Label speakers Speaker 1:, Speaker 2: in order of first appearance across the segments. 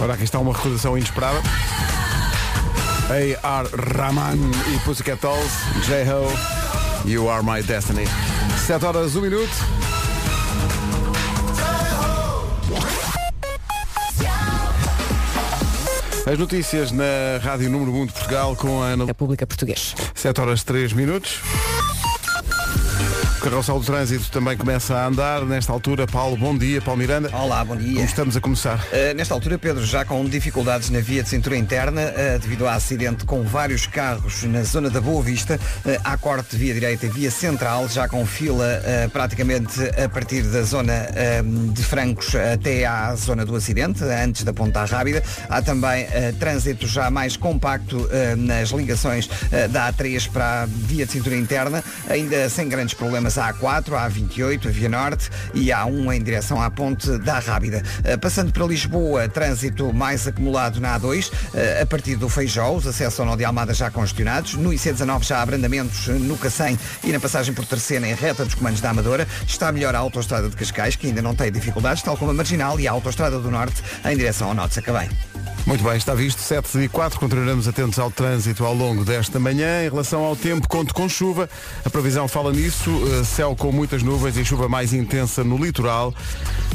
Speaker 1: Ora, aqui está uma recordação inesperada. A.R. Rahman e Pussycat Dolls, J-Ho, You Are My Destiny. 7 horas, 1 minuto. As notícias na Rádio Número 1 de Portugal com a Ana
Speaker 2: da Pública Portuguesa.
Speaker 1: 7 horas 3 minutos. O carrossel do trânsito também começa a andar. Nesta altura, Paulo, bom dia. Paulo Miranda,
Speaker 3: Olá, bom dia.
Speaker 1: como estamos a começar?
Speaker 3: Uh, nesta altura, Pedro, já com dificuldades na via de cintura interna, uh, devido a acidente com vários carros na zona da Boa Vista, uh, há corte de via direita e via central, já com fila uh, praticamente a partir da zona um, de Francos até à zona do acidente, antes da Ponta Rábida. Há também uh, trânsito já mais compacto uh, nas ligações uh, da A3 para a via de cintura interna, ainda sem grandes problemas a A4, a A28, a Via Norte e a A1 em direção à ponte da Rábida. Eh, Passando para Lisboa, trânsito mais acumulado na A2, eh, a partir do Feijó, os acessos ao Nó de Almada já congestionados, no IC19 já há abrandamentos eh, no Cacém e na passagem por Terceira em reta dos comandos da Amadora, está melhor a autoestrada de Cascais, que ainda não tem dificuldades, tal como a Marginal e a autoestrada do Norte em direção ao Norte de Sacabém.
Speaker 1: Muito bem, está visto 7 e 4. Continuaremos atentos ao trânsito ao longo desta manhã. Em relação ao tempo, conto com chuva. A previsão fala nisso. Eh, céu com muitas nuvens e chuva mais intensa no litoral,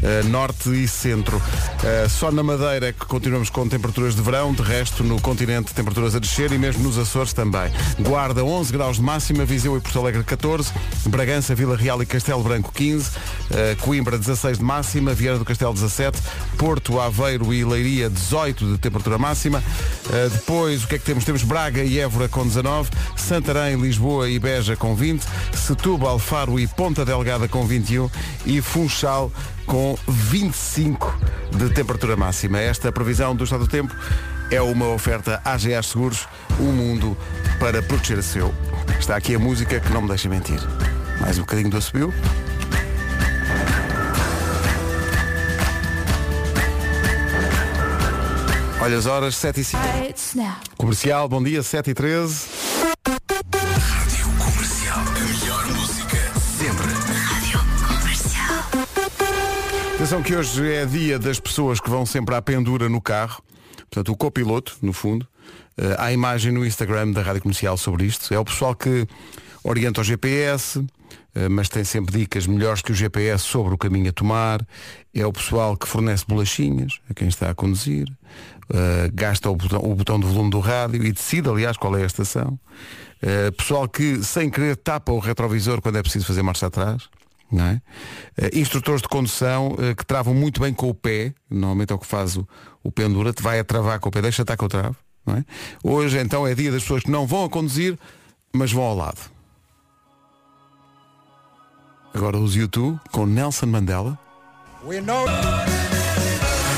Speaker 1: eh, norte e centro. Eh, só na Madeira é que continuamos com temperaturas de verão. De resto, no continente, temperaturas a descer e mesmo nos Açores também. Guarda 11 graus de máxima, Viseu e Porto Alegre 14, Bragança, Vila Real e Castelo Branco 15, eh, Coimbra 16 de máxima, Vieira do Castelo 17, Porto, Aveiro e Leiria 18 de temperatura máxima. Eh, Depois, o que é que temos? Temos Braga e Évora com 19, Santarém, Lisboa e Beja com 20, Setúbal, Faro e Ponta Delgada com 21 e Funchal com 25 de temperatura máxima. Esta previsão do estado do tempo é uma oferta AGA Seguros, um mundo para proteger o seu. Está aqui a música que não me deixa mentir. Mais um bocadinho do assobio. Olha as horas, 7 e 5. Comercial, bom dia, 7 e 13. Atenção que hoje é dia das pessoas que vão sempre à pendura no carro. Portanto, o copiloto, no fundo. Eh, há imagem no Instagram da Rádio Comercial sobre isto. É o pessoal que orienta o GPS, eh, mas tem sempre dicas melhores que o GPS sobre o caminho a tomar. É o pessoal que fornece bolachinhas a quem está a conduzir. Eh, gasta o botão, o botão de volume do rádio e decide, aliás, qual é a estação. Eh, pessoal que, sem querer, tapa o retrovisor quando é preciso fazer marcha atrás não é? Eh, instrutores de condução eh, que travam muito bem com o pé, normalmente é o que faz o, o pendura, te vai a travar com o pé, deixa estar que eu travo, não é? Hoje então é dia das pessoas que não vão a conduzir, mas vão ao lado. Agora os YouTube com Nelson Mandela.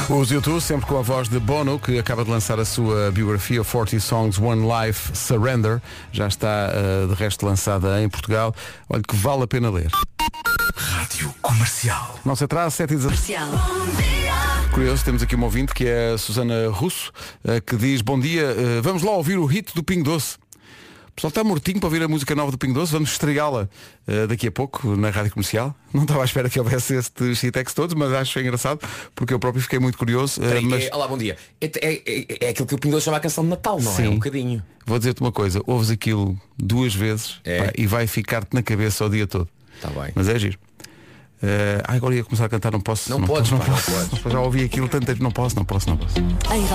Speaker 1: Os YouTube, sempre com a voz de Bono, que acaba de lançar a sua biografia 40 Songs, One Life, Surrender, já está eh, de resto lançada em Portugal. Olha que vale a pena ler.
Speaker 4: Rádio Comercial.
Speaker 1: Não se atrasa, 7 e 17. Curioso, temos aqui um ouvinte que é a Susana Russo, eh, que diz, bom dia, eh, vamos lá ouvir o hit do Pingo Doce. O pessoal está mortinho para ouvir a música nova do Pingo Doce, vamos estreá-la eh, daqui a pouco na Rádio Comercial. Não estava à espera que houvesse estes shitex todos, mas acho engraçado, porque eu próprio fiquei muito curioso. eh,
Speaker 5: Peraí,
Speaker 1: mas
Speaker 5: é- olá, bom dia. É, é- é- é aquilo que o Pingo Doce chama a canção de Natal, não é?
Speaker 1: Sim.
Speaker 5: Um bocadinho.
Speaker 1: vou dizer-te uma coisa, ouves aquilo duas vezes
Speaker 5: É.
Speaker 1: pá, e vai ficar-te na cabeça o dia todo.
Speaker 5: Está bem.
Speaker 1: Mas é giro. Eh, ai, agora ia começar a cantar, não posso.
Speaker 5: Não podes,
Speaker 1: posso,
Speaker 5: pá,
Speaker 1: não
Speaker 5: não
Speaker 1: posso. Já ouvi aquilo tantas, não posso, não posso, não posso.
Speaker 6: Em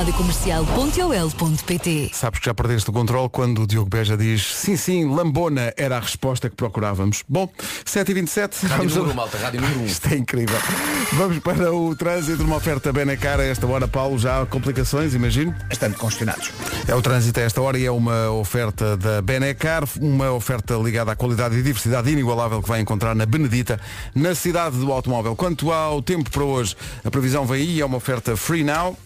Speaker 6: radiocomercial.ol.pt
Speaker 1: Sabes que já perdeste o controle quando o Diogo Beja diz sim, sim, lambona era a resposta que procurávamos. Bom, 7h27.
Speaker 5: Rádio
Speaker 1: vamos
Speaker 5: número
Speaker 1: a-
Speaker 5: 1, malta, rádio número 1.
Speaker 1: Isto é incrível. Vamos para o trânsito, uma oferta bem na cara a esta hora, Paulo. Já há complicações, imagino.
Speaker 3: Bastante congestionados.
Speaker 1: É o trânsito a esta hora e é uma oferta da Benecar, uma oferta ligada à qualidade e diversidade inigualável que vai encontrar na Benedita, na cidade do automóvel. Quanto ao tempo para hoje, a previsão vem aí, é uma oferta free now.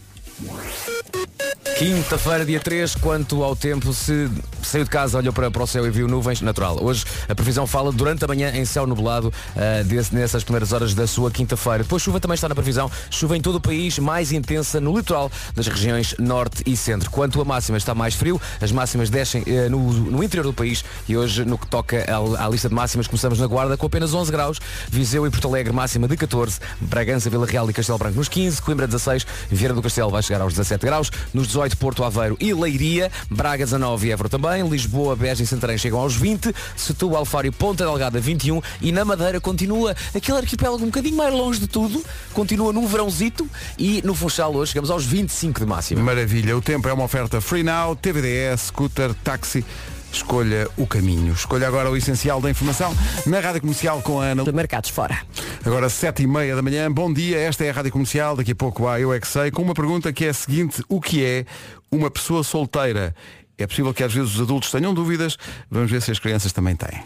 Speaker 2: Quinta-feira, dia 3, quanto ao tempo, se saiu de casa, olhou para, para o céu e viu nuvens, natural. Hoje a previsão fala durante a manhã em céu nublado, ah, desse- nessas primeiras horas da sua quinta-feira. Depois chuva também está na previsão, chuva em todo o país, mais intensa no litoral das regiões norte e centro. Quanto a máximas, está mais frio, as máximas descem eh, no, no interior do país e hoje, no que toca à, à lista de máximas, começamos na Guarda com apenas 11 graus, Viseu e Porto Alegre máxima de 14, Bragança, Vila Real e Castelo Branco nos 15, Coimbra 16, Vieira do Castelo vai chegar aos 17 graus, nos 18 Porto Aveiro e Leiria, Braga 19 e Évora também, Lisboa, Beja e Santarém chegam aos 20, Setúbal, Faro e Ponta Delgada 21 e na Madeira continua aquele arquipélago um bocadinho mais longe de tudo, continua num verãozito e no Funchal hoje chegamos aos 25 de máxima.
Speaker 1: Maravilha, o tempo é uma oferta Free Now, TVDS, scooter, táxi. Escolha o caminho. Escolha agora o essencial da informação na Rádio Comercial com a Ana.
Speaker 6: Marcados fora.
Speaker 1: Agora sete e meia da manhã. Bom dia, esta é a Rádio Comercial. Daqui a pouco há Eu É Que Sei, com uma pergunta que é a seguinte. O que é uma pessoa solteira? É possível que às vezes os adultos tenham dúvidas. Vamos ver se as crianças também têm.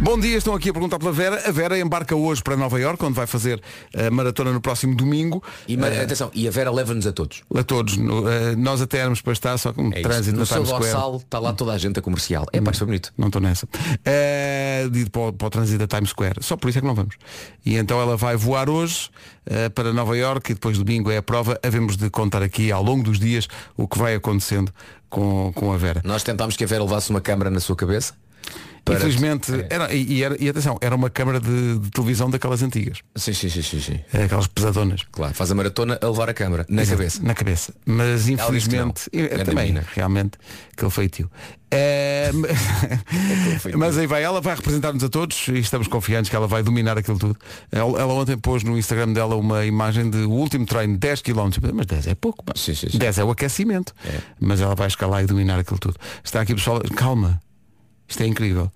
Speaker 1: Bom dia, estão aqui a perguntar pela Vera. A Vera embarca hoje para Nova Iorque, onde vai fazer a maratona no próximo domingo.
Speaker 5: E,
Speaker 1: eh,
Speaker 5: mas, atenção, e a Vera leva-nos a todos.
Speaker 1: A todos, no- eh, nós até éramos para estar só com
Speaker 5: É isso.
Speaker 1: trânsito
Speaker 5: no
Speaker 1: no
Speaker 5: seu
Speaker 1: Times Square.
Speaker 5: dorsal está lá toda a gente a comercial. É, pá, isso foi bonito.
Speaker 1: Não estou nessa. Eh, de ir para o, para o trânsito da Times Square. Só por isso é que não vamos. E então ela vai voar hoje eh, para Nova Iorque e depois domingo é a prova. Havemos de contar aqui ao longo dos dias o que vai acontecendo com, com a Vera.
Speaker 5: Nós tentámos que a Vera levasse uma câmara na sua cabeça. Para-
Speaker 1: Infelizmente, era, e, e era- e atenção, era uma câmara de, de televisão daquelas antigas.
Speaker 5: Sim, sim, sim, sim, sim.
Speaker 1: Eh, Aquelas pesadonas.
Speaker 5: Claro, faz a maratona a levar a câmara na
Speaker 1: Exato,
Speaker 5: cabeça.
Speaker 1: Na cabeça. Mas infelizmente.
Speaker 5: disse que não.
Speaker 1: eu- eu
Speaker 5: Grande
Speaker 1: também,
Speaker 5: menina.
Speaker 1: realmente, que ele foi tio. Eh, mas-
Speaker 5: feitio.
Speaker 1: mas aí vai, ela vai representar-nos a todos e estamos confiantes que ela vai dominar aquilo tudo. Ela, ela ontem pôs no Instagram dela uma imagem de o último treino 10 km, mas 10 é pouco, pá.
Speaker 5: Sim, sim, sim.
Speaker 1: 10 é o aquecimento.
Speaker 5: É.
Speaker 1: Mas ela vai escalar e dominar aquilo tudo. Está aqui pessoal, calma, isto é incrível.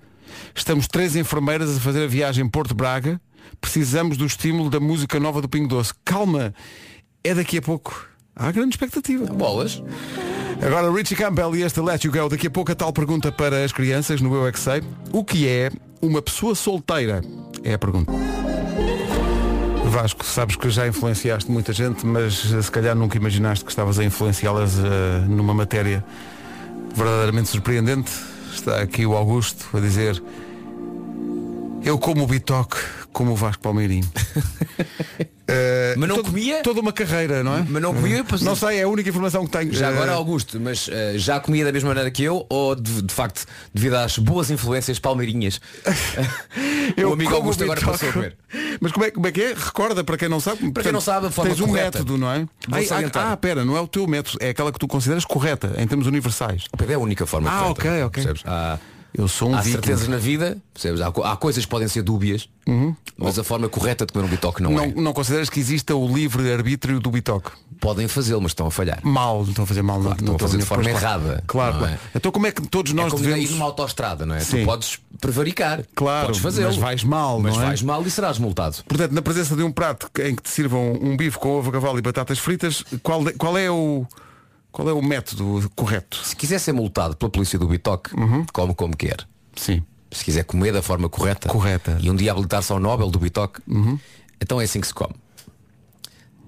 Speaker 1: Estamos três enfermeiras a fazer a viagem Porto-Braga. Precisamos do estímulo da música nova do Pingo Doce. Calma, é daqui a pouco. Há grande expectativa.
Speaker 5: Bolas.
Speaker 1: Agora Richie Campbell e este Let You Go. Daqui a pouco a tal pergunta para as crianças no Eu É Que Sei. O que é uma pessoa solteira? É a pergunta. Vasco, sabes que já influenciaste muita gente, mas eh, se calhar nunca imaginaste que estavas a influenciá-las eh, numa matéria verdadeiramente surpreendente. Está aqui o Augusto a dizer Eu como o Bitoque, como o Vasco Palmeirinho. Eh,
Speaker 5: Mas não
Speaker 1: todo-
Speaker 5: comia?
Speaker 1: Toda uma carreira, não é?
Speaker 5: Mas não comia, pois-
Speaker 1: Não sei, é a única informação que tenho.
Speaker 5: Já
Speaker 1: Eh,
Speaker 5: agora, Augusto, mas eh, já comia da mesma maneira que eu ou de, de facto devido às boas influências palmeirinhas? o amigo
Speaker 1: como
Speaker 5: Augusto agora
Speaker 1: Bitoque.
Speaker 5: passou a comer.
Speaker 1: Mas como é, como é que é? Recorda, para quem não sabe. Para
Speaker 5: quem não sabe, a forma
Speaker 1: Tens um
Speaker 5: correta.
Speaker 1: método, não é?
Speaker 5: Vou
Speaker 1: Ai,
Speaker 5: salientar.
Speaker 1: ah, ah, pera, não é o teu método. É aquela que tu consideras correta, em termos universais.
Speaker 5: É a única forma
Speaker 1: Ah, ok,
Speaker 5: correta,
Speaker 1: ok.
Speaker 5: percebes? Há,
Speaker 1: Eu sou um
Speaker 5: há
Speaker 1: viking.
Speaker 5: certezas na vida, percebes? Há, co- há coisas que podem ser dúbias, mas a forma correta de comer um bitoque não,
Speaker 1: Uhum. Não,
Speaker 5: é.
Speaker 1: não consideras que exista o livre-arbítrio do Bitoque?
Speaker 5: Podem fazê-lo, mas estão a falhar.
Speaker 1: Mal, não estão a fazer mal. não,
Speaker 5: estão a
Speaker 1: não
Speaker 5: fazer de
Speaker 1: estão a-
Speaker 5: forma
Speaker 1: pois, claro.
Speaker 5: errada,
Speaker 1: Claro,
Speaker 5: não é?
Speaker 1: claro. Então como é que todos
Speaker 5: É
Speaker 1: nós
Speaker 5: como ir
Speaker 1: devemos...
Speaker 5: numa autoestrada, não é?
Speaker 1: Sim.
Speaker 5: Tu podes prevaricar.
Speaker 1: Claro,
Speaker 5: podes fazê-lo.
Speaker 1: mas vais mal,
Speaker 5: Mas
Speaker 1: não é?
Speaker 5: vais mal e serás multado.
Speaker 1: Portanto, na presença de um prato em que te sirvam um bife com ovo, cavalo e batatas fritas, qual, de- qual é o... Qual é o método correto?
Speaker 5: Se quiser ser multado pela polícia do Bitoque,
Speaker 1: Uhum.
Speaker 5: come como quer.
Speaker 1: Sim.
Speaker 5: Se quiser comer da forma correta,
Speaker 1: Correta. Uhum.
Speaker 5: e um dia habilitar-se ao Nobel do Bitoque, então é assim que se come.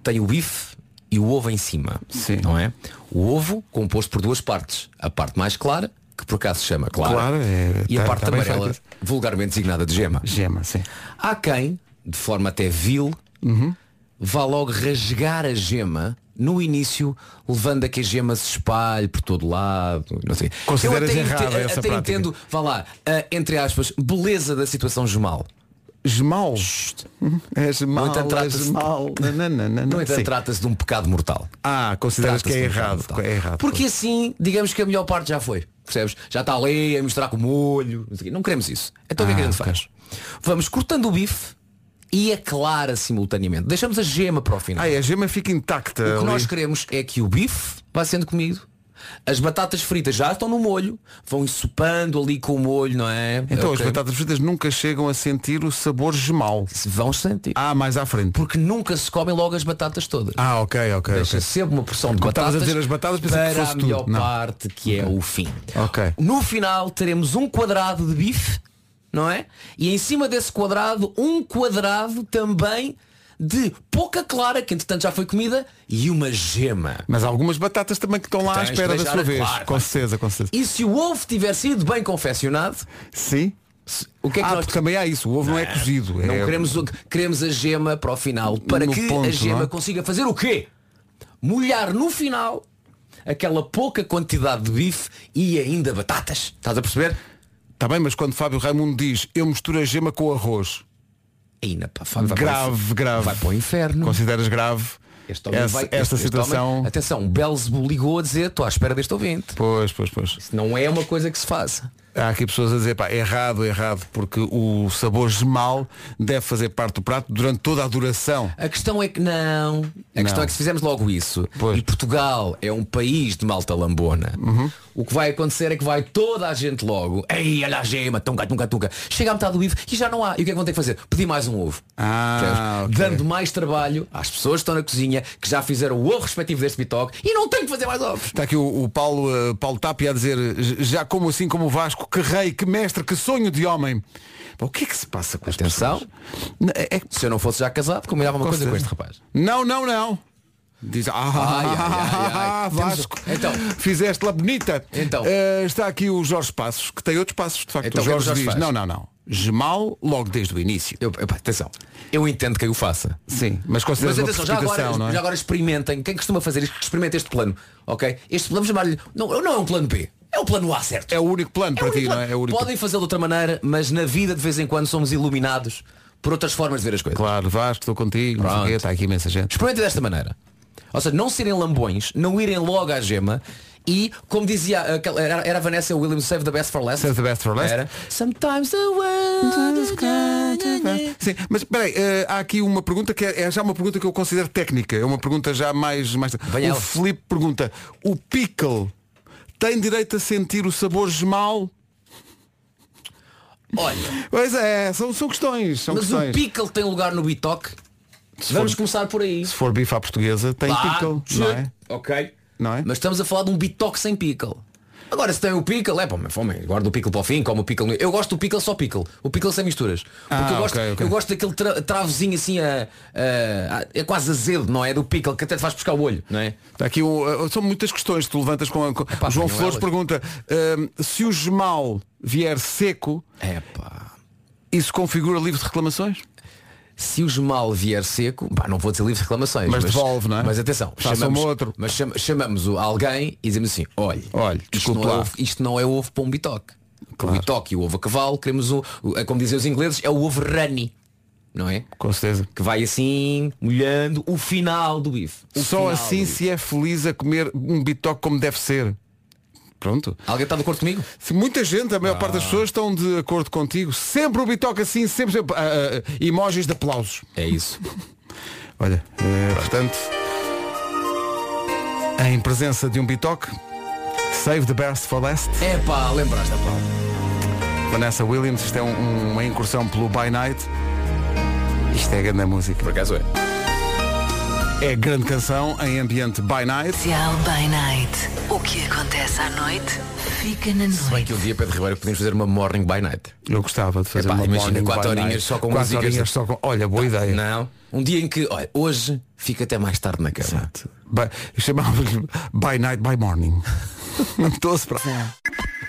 Speaker 5: Tem o bife e o ovo em cima.
Speaker 1: Sim.
Speaker 5: Não é? O ovo composto por duas partes. A parte mais clara, que por acaso se chama clara,
Speaker 1: Clara, é-
Speaker 5: e a
Speaker 1: tá-
Speaker 5: parte
Speaker 1: tá bem
Speaker 5: amarela,
Speaker 1: feita.
Speaker 5: vulgarmente designada de gema.
Speaker 1: Gema, sim.
Speaker 5: Há quem, de forma até vil,
Speaker 1: Uhum.
Speaker 5: vá logo rasgar a gema no início, levando a que a gema se espalhe por todo lado. Não sei.
Speaker 1: Consideras
Speaker 5: Eu até,
Speaker 1: errada
Speaker 5: ente-
Speaker 1: essa
Speaker 5: até
Speaker 1: prática?
Speaker 5: entendo, vá lá, a, entre aspas, beleza da situação gemal.
Speaker 1: Gemal. És
Speaker 5: No
Speaker 1: mal,
Speaker 5: entanto, trata-se
Speaker 1: és
Speaker 5: de-
Speaker 1: mal.
Speaker 5: No entanto, trata-se de um pecado mortal.
Speaker 1: Ah, consideras que
Speaker 5: Trata-se
Speaker 1: é
Speaker 5: de um pecado
Speaker 1: errado.
Speaker 5: mortal.
Speaker 1: É errado.
Speaker 5: Porque assim, digamos que a melhor parte já foi. Percebes? Já está ali a mostrar com o molho. Não, sei o quê. Não queremos isso. Então o
Speaker 1: Ah,
Speaker 5: que é que a gente faz? Vamos cortando o bife e a clara simultaneamente. Deixamos a gema para o final.
Speaker 1: Ah, a gema fica intacta.
Speaker 5: O que nós
Speaker 1: ali.
Speaker 5: queremos é que o bife vá sendo comido. As batatas fritas já estão no molho, vão ensopando ali com o molho, não é?
Speaker 1: Então
Speaker 5: Ok.
Speaker 1: as batatas fritas nunca chegam a sentir o sabor gemal.
Speaker 5: Se Vão sentir.
Speaker 1: Ah, mais à frente.
Speaker 5: Porque nunca se comem logo as batatas todas.
Speaker 1: Ah, ok, ok.
Speaker 5: Deixa assim.
Speaker 1: ok.
Speaker 5: sempre uma porção de
Speaker 1: Quando estavas
Speaker 5: batatas,
Speaker 1: a dizer as batatas, pensei que
Speaker 5: para
Speaker 1: fosse
Speaker 5: a
Speaker 1: tudo.
Speaker 5: melhor
Speaker 1: Não.
Speaker 5: parte que é o fim.
Speaker 1: Ok.
Speaker 5: No final teremos um quadrado de bife, não é? E em cima desse quadrado, um quadrado também de pouca clara, que entretanto já foi comida, e uma gema.
Speaker 1: Mas há algumas batatas também que estão lá à
Speaker 5: Tens que
Speaker 1: espera da
Speaker 5: deixar-
Speaker 1: sua vez.
Speaker 5: claro,
Speaker 1: com
Speaker 5: claro.
Speaker 1: certeza, com certeza.
Speaker 5: E se o ovo tiver sido bem confeccionado,
Speaker 1: Sim?
Speaker 5: o que é que
Speaker 1: ah,
Speaker 5: nós
Speaker 1: porque também há isso. O ovo não, é cozido.
Speaker 5: não
Speaker 1: é...
Speaker 5: queremos o- queremos a gema para o final, para
Speaker 1: No
Speaker 5: que
Speaker 1: ponto,
Speaker 5: a
Speaker 1: não
Speaker 5: gema
Speaker 1: é?
Speaker 5: consiga fazer o quê? Molhar no final aquela pouca quantidade de bife e ainda batatas. Estás a perceber?
Speaker 1: Está Tá bem, mas quando Fábio Raimundo diz eu misturo a gema com o arroz,
Speaker 5: Ainda pá, vai, vai para o
Speaker 1: grave,
Speaker 5: infer-
Speaker 1: grave.
Speaker 5: Vai para o inferno.
Speaker 1: Consideras grave
Speaker 5: Este homem
Speaker 1: essa-
Speaker 5: vai-
Speaker 1: esta
Speaker 5: este- este
Speaker 1: situação?
Speaker 5: homem- atenção, Belzebu ligou a dizer, estou à espera deste ouvinte.
Speaker 1: Pois, pois, pois.
Speaker 5: Isso não é uma coisa que se faça.
Speaker 1: Há aqui pessoas a dizer, pá, errado, errado, porque o sabor gemal deve fazer parte do prato durante toda a duração.
Speaker 5: A questão é que não. A questão é que se fizermos logo isso,
Speaker 1: Pois. Uhum.
Speaker 5: e Portugal é um país de malta lambona, o que vai acontecer é que vai toda a gente logo, ei, olha a gema, tunga, tunga, tunga, chega à metade do bife e já não há. E o que é que vão ter que fazer? Pedir mais um ovo.
Speaker 1: Ah,
Speaker 5: Percebes?
Speaker 1: ok.
Speaker 5: Dando mais trabalho às pessoas que estão na cozinha, que já fizeram o ovo respectivo deste bitoque e não têm que fazer mais ovos.
Speaker 1: Está aqui o, o Paulo, eh, Paulo Tapia a dizer, já como assim como o Vasco, que rei, que mestre, que sonho de homem. Pá, o que é que se passa com as
Speaker 5: Atenção.
Speaker 1: pessoas? N- É, é que-
Speaker 5: Se eu não fosse já casado, combinava uma
Speaker 1: Com
Speaker 5: coisa com
Speaker 1: certeza.
Speaker 5: este rapaz.
Speaker 1: Não, não, não. Diz, ah,
Speaker 5: Ai, ai, ai, ai.
Speaker 1: Vasco,
Speaker 5: Temos- então.
Speaker 1: fizeste lá bonita.
Speaker 5: Então.
Speaker 1: Eh, está aqui o Jorge Passos, que tem outros passos, de facto.
Speaker 5: Então,
Speaker 1: o
Speaker 5: o que é que o
Speaker 1: Jorge,
Speaker 5: Jorge
Speaker 1: diz,
Speaker 5: faz?
Speaker 1: não, não, não. Gemal logo desde o início.
Speaker 5: Eu, epá, atenção, eu entendo que eu o faça.
Speaker 1: Sim, mas consideras uma
Speaker 5: Mas atenção, já agora,
Speaker 1: precipitação, não é?
Speaker 5: já agora experimentem. Quem costuma fazer isto, experimente este plano. Ok? Este plano, vamos chamar-lhe. Não, não é um plano B. É um plano A, certo?
Speaker 1: É o único plano
Speaker 5: É o
Speaker 1: para ti,
Speaker 5: único
Speaker 1: não é?
Speaker 5: plano.
Speaker 1: É o único
Speaker 5: Podem fazê-lo de outra maneira, mas na vida de vez em quando somos iluminados por outras formas de ver as coisas.
Speaker 1: Claro, Vasco, estou contigo, não sei o
Speaker 5: Pronto.
Speaker 1: quê, está aqui imensa gente.
Speaker 5: Experimentem desta maneira. Ou seja, não serem lambões, não irem logo à gema e, como dizia aquela- era, era a Vanessa Williams, save the best for last.
Speaker 1: Save the best for last.
Speaker 5: Era. Sometimes the world is kind.
Speaker 1: Sim, mas peraí, eh, há aqui uma pergunta que é, é já uma pergunta que eu considero técnica, é uma pergunta já mais. mais...
Speaker 5: Venha
Speaker 1: O
Speaker 5: ela.
Speaker 1: Felipe pergunta, o pickle tem direito a sentir o sabor gemal?
Speaker 5: Olha,
Speaker 1: Pois é, são, são questões. São
Speaker 5: mas o
Speaker 1: questões.
Speaker 5: pickle tem lugar no bitoque.
Speaker 1: Se
Speaker 5: Vamos
Speaker 1: for-
Speaker 5: começar por aí.
Speaker 1: Se for bife à portuguesa, tem
Speaker 5: Pá,
Speaker 1: pickle,
Speaker 5: tchê.
Speaker 1: não é?
Speaker 5: Ok.
Speaker 1: Não é?
Speaker 5: Mas estamos a falar de um bitoque sem pickle. Agora se tem o pickle, é pá, mas fome, guarda o pickle para o fim, como o pickle. no- Eu gosto do pickle só pickle. O pickle sem misturas. Porque
Speaker 1: Ah,
Speaker 5: eu, gosto,
Speaker 1: ok, ok.
Speaker 5: eu gosto daquele tra- travozinho assim a, a- é quase azedo, não é? Do pickle que até te faz buscar o olho, não é?
Speaker 1: Está aqui um, eh, são muitas questões que tu levantas com. a- com-
Speaker 5: Epá,
Speaker 1: João
Speaker 5: venham
Speaker 1: Flores
Speaker 5: elas.
Speaker 1: pergunta, ehm, se o gemal vier seco,
Speaker 5: É pá.
Speaker 1: isso configura livre de reclamações?
Speaker 5: Se o esmal vier seco, pá, não vou dizer livre de reclamações.
Speaker 1: Mas devolve, não é?
Speaker 5: Mas atenção,
Speaker 1: Faça um outro.
Speaker 5: Mas chama- chamamos o alguém e dizemos assim, olha,
Speaker 1: Olha,
Speaker 5: isto,
Speaker 1: desculpe
Speaker 5: não é
Speaker 1: lá.
Speaker 5: ovo, isto não é ovo para um bitoque.
Speaker 1: Claro.
Speaker 5: O bitoque e o ovo a cavalo, queremos o, o- é como dizem os ingleses, é o ovo runny, não é?
Speaker 1: Com certeza.
Speaker 5: Que vai assim, molhando o final do bife. O
Speaker 1: Só
Speaker 5: final
Speaker 1: assim
Speaker 5: do bife.
Speaker 1: se é feliz a comer um bitoque como deve ser. Pronto.
Speaker 5: Alguém está de acordo comigo?
Speaker 1: Se muita gente, a maior parte
Speaker 5: Ah.
Speaker 1: das pessoas estão de acordo contigo. Sempre o bitoque assim, sempre. sempre ah, ah, emojis de aplausos.
Speaker 5: É isso.
Speaker 1: Olha, é, portanto, em presença de um bitoque, Save the Best for Last,
Speaker 5: É pá, lembraste, pá.
Speaker 1: Vanessa Williams, isto é um- uma incursão pelo By Night. Isto é grande música.
Speaker 5: Por acaso é.
Speaker 1: É grande canção em ambiente By Night.
Speaker 6: Comercial by night. O que acontece à noite fica na
Speaker 5: Se bem
Speaker 6: noite.
Speaker 5: que um dia, Pedro Ribeiro, podemos fazer uma morning by night.
Speaker 1: Eu gostava de fazer
Speaker 5: Epá,
Speaker 1: uma
Speaker 5: imagina,
Speaker 1: morning
Speaker 5: quatro
Speaker 1: by night.
Speaker 5: horinhas só com
Speaker 1: Quatro
Speaker 5: músicas. né? Tá.
Speaker 1: horinhas só com... Olha, boa ideia.
Speaker 5: Não. Um dia em que, olha, hoje fica até mais tarde na cama.
Speaker 1: Ba- Chamava-lhe By Night, By Morning. Não estou a esperar.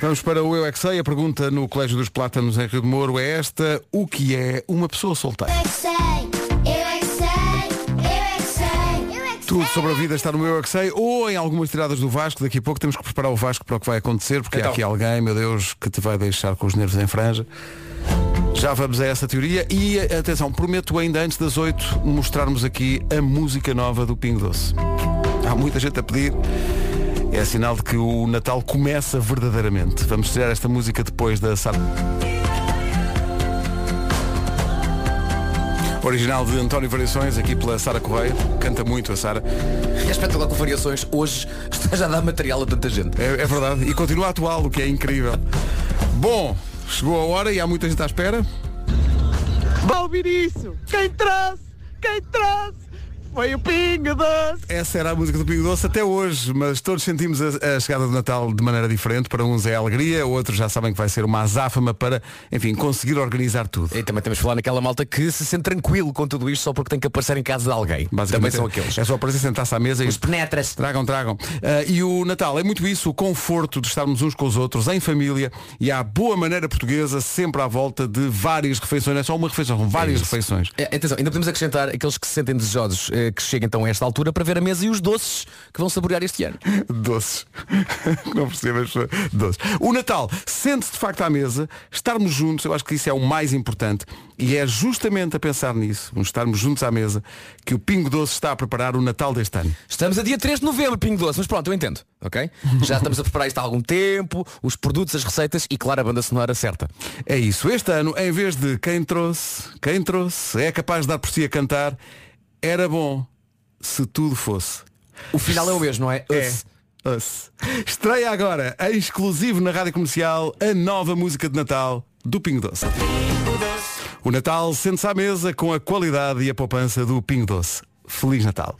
Speaker 1: Vamos para o Eu é que Sei. A pergunta no Colégio dos Plátanos em Rio de Moro é esta. O que é uma pessoa solteira? Tudo sobre a vida está no Eu é que Sei ou em algumas tiradas do Vasco. Daqui a pouco temos que preparar o Vasco para o que vai acontecer, porque há
Speaker 5: Então.
Speaker 1: aqui alguém, meu Deus, que te vai deixar com os nervos em franja. Já vamos a essa teoria e atenção, prometo ainda antes das 8 mostrarmos aqui a música nova do Pingo Doce. Há muita gente a pedir. É sinal de que o Natal começa verdadeiramente. Vamos tirar esta música depois da Sar... Original de António Variações, aqui pela Sara Correia. Canta muito a Sara.
Speaker 5: É espetacular com variações. Hoje estás a dar material a tanta gente.
Speaker 1: É, é verdade. E continua atual, o que é incrível. Bom, chegou a hora e há muita gente à espera.
Speaker 7: Vá ouvir isso! Quem traz? Quem traz?
Speaker 1: Foi o Pingo Doce! Essa era a música do Pingo Doce até hoje, mas todos sentimos a, a chegada do Natal de maneira diferente. Para uns é alegria, outros já sabem que vai ser uma azáfama para, enfim, conseguir organizar tudo.
Speaker 5: E também temos de falar naquela malta que se sente tranquilo com tudo isto só porque tem que aparecer em casa de alguém. Também
Speaker 1: Basicamente,
Speaker 5: são aqueles.
Speaker 1: É só aparecer, sentar-se à mesa e...
Speaker 8: Os penetras.
Speaker 1: Tragam, tragam. Ah, e o Natal é muito isso, o conforto de estarmos uns com os outros, em família, e à boa maneira portuguesa, sempre à volta de várias refeições. Não é só uma refeição, são várias refeições.
Speaker 5: É, atenção, ainda podemos acrescentar aqueles que se sentem desejosos eh, que cheguem então a esta altura para ver a mesa e os doces que vão saborear este ano.
Speaker 1: Doces. Não percebo as pessoas. Doces. O Natal, sente-se de facto à mesa, estarmos juntos, eu acho que isso é o mais importante. E é justamente a pensar nisso, nos estarmos juntos à mesa, que o Pingo Doce está a preparar o Natal deste ano.
Speaker 5: Estamos a dia 3 de novembro, Pingo Doce, mas pronto, eu entendo, ok? Já estamos a preparar isto há algum tempo, os produtos, as receitas e claro a banda sonora certa.
Speaker 1: É isso. Este ano, em vez de quem trouxe, quem trouxe, é capaz de dar por si a cantar, era bom se tudo fosse.
Speaker 5: O final é o mesmo, não é?
Speaker 1: É.
Speaker 5: Esse.
Speaker 1: Us. Estreia agora, em exclusivo na Rádio Comercial, a nova música de Natal do Pingo Doce. O Natal sente-se à mesa com a qualidade e a poupança do Pingo Doce. Feliz Natal.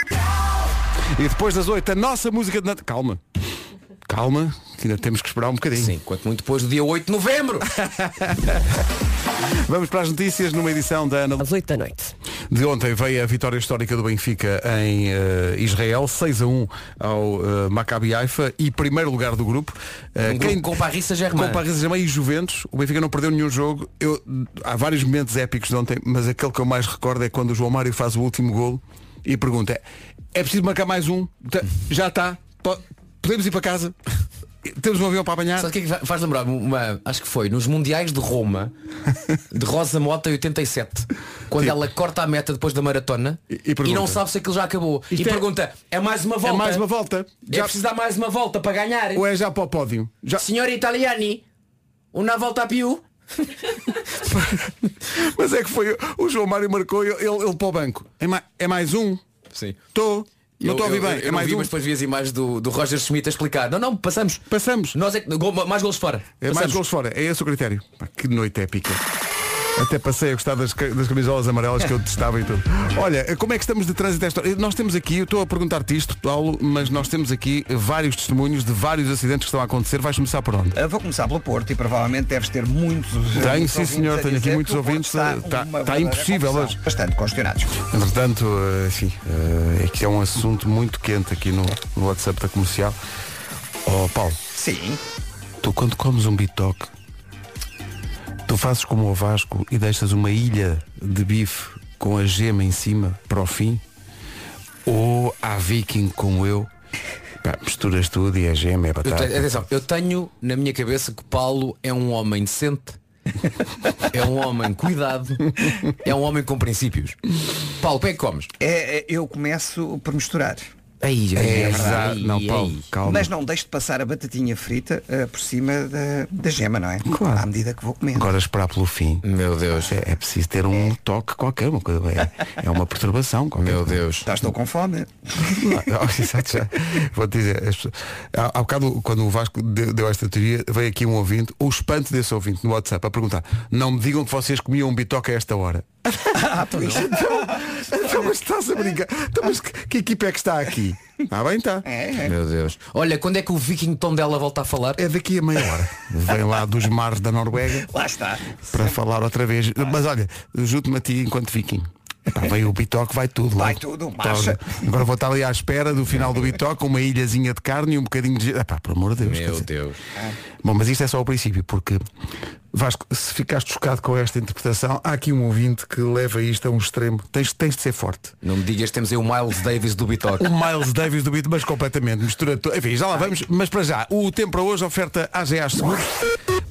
Speaker 1: E depois das oito, a nossa música de Natal. Calma. Calma, que ainda temos que esperar um bocadinho.
Speaker 5: Sim, quanto muito depois do dia 8 de novembro.
Speaker 1: Vamos para as notícias numa edição da Ana
Speaker 9: Às 8 da noite.
Speaker 1: De ontem veio a vitória histórica do Benfica em eh, Israel, 6 a 1 ao eh, Maccabi Haifa e primeiro lugar do grupo. Eh,
Speaker 5: Um grupo com Paris Saint-Germain.
Speaker 1: com Paris Saint-Germain e Juventus, o Benfica não perdeu nenhum jogo. Eu, há vários momentos épicos de ontem, mas aquele que eu mais recordo é quando o João Mário faz o último golo e pergunta, é preciso marcar mais um? Ta- Já está? Po- Podemos ir para casa? Temos um avião para apanhar?
Speaker 5: Sabe o que é que fa- faz lembrar? Uma, acho que foi nos Mundiais de Roma, de Rosa Mota em 87, quando
Speaker 1: Sim.
Speaker 5: ela corta a meta depois da maratona
Speaker 1: Tipo. E- e pergunta.
Speaker 5: não sabe se aquilo já acabou. e
Speaker 1: Isto é-
Speaker 5: pergunta, é mais uma
Speaker 1: É
Speaker 5: volta?
Speaker 1: mais uma volta?
Speaker 5: É preciso dar mais uma volta para ganhar?
Speaker 1: Ou é já para o pódio? Já...
Speaker 5: Senhor Italiani, uma volta a piu?
Speaker 1: Mas é que foi, o João Mário marcou ele, ele para o banco. É, ma- é mais um?
Speaker 5: Sim.
Speaker 1: Estou. Não
Speaker 5: Eu-
Speaker 1: estou a ouvir
Speaker 5: eu-
Speaker 1: bem.
Speaker 5: eu
Speaker 1: é
Speaker 5: não
Speaker 1: mais
Speaker 5: vi,
Speaker 1: um.
Speaker 5: mas depois vi as imagens do, do Roger Schmidt a explicar. Não, não, passamos.
Speaker 1: Passamos.
Speaker 5: Nós é que, gol- mais golos fora.
Speaker 1: É mais
Speaker 5: Passamos.
Speaker 1: gols fora. É esse o critério. Pá, que noite épica. Até passei a gostar das, ca- das camisolas amarelas que eu detestava e tudo. Olha, como é que estamos de trânsito a esta hora? Nós temos aqui, eu estou a perguntar-te isto, Paulo, mas nós temos aqui vários testemunhos de vários acidentes que estão a acontecer. Vais começar por onde?
Speaker 3: Uh, Vou começar pelo Porto e provavelmente deves ter muitos.
Speaker 1: Tenho,
Speaker 3: muitos
Speaker 1: sim,
Speaker 3: ouvintes
Speaker 1: senhor,
Speaker 3: a
Speaker 1: tenho
Speaker 3: dizer
Speaker 1: aqui
Speaker 3: que
Speaker 1: muitos
Speaker 3: o Porto
Speaker 1: ouvintes,
Speaker 3: Está,
Speaker 1: está-
Speaker 3: uma
Speaker 1: está
Speaker 3: verdadeira
Speaker 1: impossível
Speaker 3: confusão.
Speaker 1: hoje.
Speaker 3: Bastante congestionados.
Speaker 1: Entretanto, eh, enfim, eh, é que é um assunto muito quente aqui no, no WhatsApp da comercial. Oh, Paulo,
Speaker 3: Sim.
Speaker 1: Tu quando comes um bitoque, tu fazes como o Vasco e deixas uma ilha de bife com a gema em cima para o fim? Ou há viking como eu? Pá, misturas tudo e a gema é
Speaker 5: Eu
Speaker 1: batata.
Speaker 5: tenho, atenção, eu tenho na minha cabeça que Paulo é um homem decente, é um homem cuidado, é um homem com princípios. Paulo, como é que comes?
Speaker 3: É, é, eu começo por misturar.
Speaker 5: Aí, é,
Speaker 1: exato. Não, Paulo, calma.
Speaker 3: Mas não deixo de passar a batatinha frita eh, por cima da, da gema, não é?
Speaker 1: Claro.
Speaker 3: À medida que vou comendo.
Speaker 1: Agora esperar pelo fim.
Speaker 5: Meu Deus,
Speaker 1: É, é preciso ter um toque qualquer, uma coisa, é, é uma perturbação. qualquer
Speaker 5: meu
Speaker 1: coisa.
Speaker 5: Deus.
Speaker 3: Já estou com fome.
Speaker 1: Não, exato, já. Vou te dizer, as pessoas- há, há bocado, quando o Vasco deu, deu esta teoria, veio aqui um ouvinte, o espanto desse ouvinte no WhatsApp, a perguntar, não me digam que vocês comiam um bitoca a esta hora.
Speaker 3: Ah,
Speaker 1: então, então, mas estás a brincar. Então, mas que, que equipa é que está aqui? Ah, bem está.
Speaker 3: É, é.
Speaker 5: Meu Deus. Olha, quando é que o Viking Tom dela volta a falar?
Speaker 1: É daqui a meia hora. Vem lá dos mares da Noruega
Speaker 3: Lá está.
Speaker 1: para falar outra vez. Mas olha, junto-me a ti enquanto viking. Epá, vem o Bitoque, vai tudo.
Speaker 3: Vai
Speaker 1: logo.
Speaker 3: tudo, marcha.
Speaker 1: Agora vou estar ali à espera do final do Bitoque, uma ilhazinha de carne e um bocadinho de... ge- Epá, por amor de Deus. quer
Speaker 5: Meu
Speaker 1: dizer.
Speaker 5: Deus.
Speaker 1: Bom, mas isto é só o princípio, porque Vasco, se ficaste chocado com esta interpretação, há aqui um ouvinte que leva isto a um extremo. Tens, tens de ser forte.
Speaker 5: Não me digas, temos aí o Miles Davis do Bitoque.
Speaker 1: O Miles Davis do beat, mas completamente mistura tudo. Enfim, já lá vamos, mas para já, o tempo para hoje oferta AGA Seguros.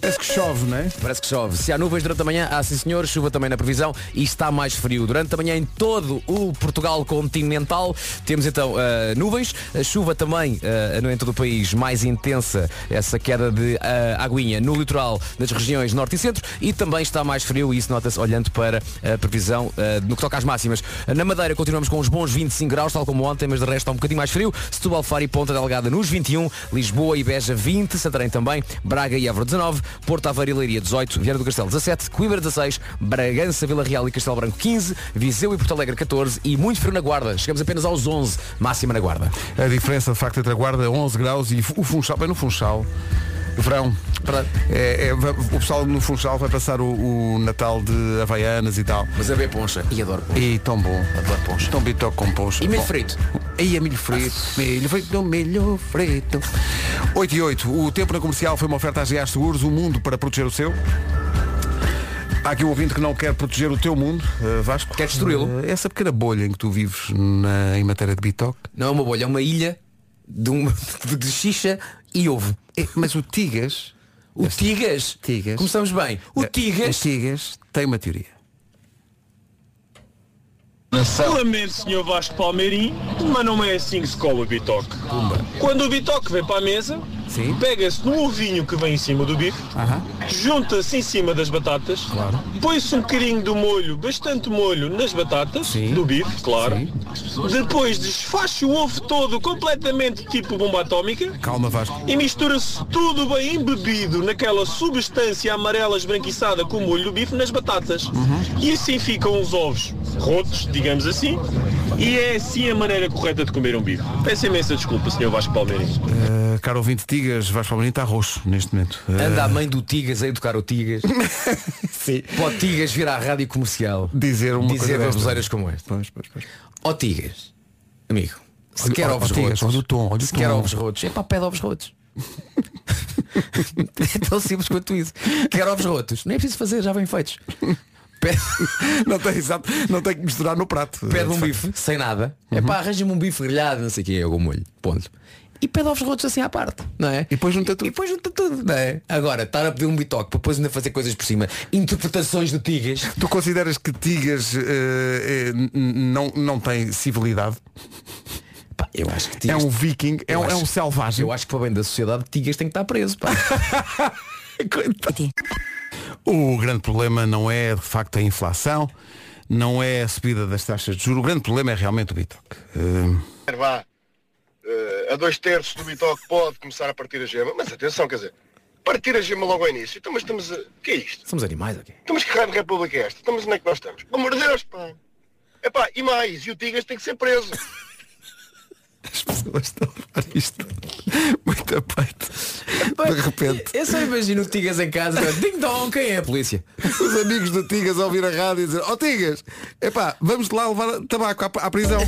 Speaker 1: Parece que chove, não é?
Speaker 5: Parece que chove. Se há nuvens durante a manhã, há sim senhor, chuva também na previsão e está mais frio. Durante a manhã em todo o Portugal continental temos então ah, nuvens, a chuva também ah, no entanto do país mais intensa, essa queda de ah, aguinha no litoral das regiões norte e centro e também está mais frio e isso nota-se olhando para a previsão ah, no que toca às máximas. Na Madeira continuamos com os bons 25 graus, tal como ontem, mas de resto está um bocadinho mais frio. um, Setúbal, Faro e Ponta Delgada nos 21, Lisboa e Beja 20, Santarém também, Braga e Évora 19,
Speaker 2: Porto Avarileiria 18, Vieira do Castelo 17, Coimbra 16, Bragança, Vila Real e Castelo Branco 15, Viseu e Porto Alegre 14 e muito frio na Guarda. Chegamos apenas aos 11, máxima na Guarda.
Speaker 1: A diferença de facto entre a guarda 11 graus e o Funchal, bem no Funchal. Verão. É, é, o pessoal no Funchal vai passar o, o Natal de Havaianas e tal.
Speaker 5: Mas a B poncha. E adoro poncha.
Speaker 1: E tão bom.
Speaker 5: Adoro poncha.
Speaker 1: Tão bitoque com poncho.
Speaker 5: E milho
Speaker 1: Bom.
Speaker 5: frito.
Speaker 1: E é milho frito. Milho frito, milho frito. 8 e 8. O tempo na comercial foi uma oferta às GA Seguros, o mundo para proteger o seu. Há aqui um ouvinte que não quer proteger o teu mundo, eh, Vasco.
Speaker 5: Quer destruí-lo.
Speaker 1: Eh, essa pequena bolha em que tu vives na- em matéria de bitoque.
Speaker 5: Não é uma bolha, é uma ilha de, um, de, de xixa e ovo.
Speaker 1: Eh, mas o Tigas,
Speaker 5: O Tigas. É,
Speaker 1: Tigas.
Speaker 5: Começamos bem. O
Speaker 1: Eh,
Speaker 5: Tigas.
Speaker 1: o Tigas tem uma teoria.
Speaker 7: Lamento, Sr. Vasco Palmeirim, mas não é assim que se cola o bitoque. Quando o bitoque vem para a mesa,
Speaker 1: Sim.
Speaker 7: pega-se no ovinho que vem em cima do bife, junta-se em cima das batatas, põe-se um bocadinho do molho, bastante molho, nas batatas, do bife, claro. Depois desfaz o ovo todo completamente tipo bomba atómica
Speaker 1: Calma, Vasco.
Speaker 7: e mistura-se tudo bem embebido naquela substância amarela esbranquiçada com o molho do bife nas batatas. E assim ficam os ovos rotos, digamos assim, e é assim a maneira correta de comer um bife. Peço imensa desculpa, Sr. Vasco Palmeiras.
Speaker 1: Eh, caro ouvinte Tigas, Vasco Palmeirinho está roxo neste momento. Eh,
Speaker 2: Anda a mãe do Tigas a educar o Tigas. Pode Tigas vir à rádio comercial.
Speaker 5: É
Speaker 1: dizer uma
Speaker 2: dizer
Speaker 1: coisa desta.
Speaker 2: baboseiras como esta.
Speaker 1: Pois, pois, pois.
Speaker 5: Ó Tigas. Amigo. Se
Speaker 1: Olha-
Speaker 5: quer
Speaker 1: olha-
Speaker 5: ovos
Speaker 1: ó, Tigas,
Speaker 5: rotos.
Speaker 1: olha o tom, olha o
Speaker 5: se quer
Speaker 1: tom.
Speaker 5: ovos rotos. É para pé de ovos rotos. é tão simples quanto isso. Quer ovos rotos. Nem é preciso fazer, já vêm feitos. Pede,
Speaker 1: não, tem, exato, não tem que misturar no prato.
Speaker 5: pede
Speaker 1: Eh,
Speaker 5: um bife, sem nada.
Speaker 1: Uhum.
Speaker 5: É para arranja-me um bife grelhado, não sei o que é, algum molho. Ponto. E pede ovos rotos assim à parte, não é?
Speaker 1: E depois junta tudo.
Speaker 5: E depois junta tudo, não é? Agora, estar a pedir um bitoque para depois ainda fazer coisas por cima. Interpretações do Tigas.
Speaker 1: Tu consideras que Tigas eh, eh, n- n- não, não tem civilidade?
Speaker 5: Pá, eu acho que
Speaker 1: É
Speaker 5: Tigas
Speaker 1: um viking, é,
Speaker 5: Eu
Speaker 1: um, é
Speaker 5: acho-
Speaker 1: um selvagem.
Speaker 5: Eu acho que para bem da sociedade Tigas tem que estar preso. Pá.
Speaker 1: Coitado. O grande problema não é de facto a inflação, não é a subida das taxas de juros, o grande problema é realmente o Bitoque. Eh,
Speaker 10: vá, eh, a dois terços do bitoque pode começar a partir a gema, mas atenção, quer dizer, partir a gema logo ao início, então mas estamos a... O que é isto?
Speaker 5: Somos animais, ok?
Speaker 10: Estamos que raio de república é esta? Estamos onde é que nós estamos? Pelo amor de Deus, pá! Epá, e mais, e o Tigas tem que ser preso.
Speaker 1: as pessoas estão a levar isto muito a peito. De repente,
Speaker 5: Eu só imagino o Tigas em casa. Ding dong, quem é a polícia?
Speaker 1: os amigos do Tigas a ouvir a rádio e dizer, ó Tigas, epá, vamos lá levar tabaco à, à prisão.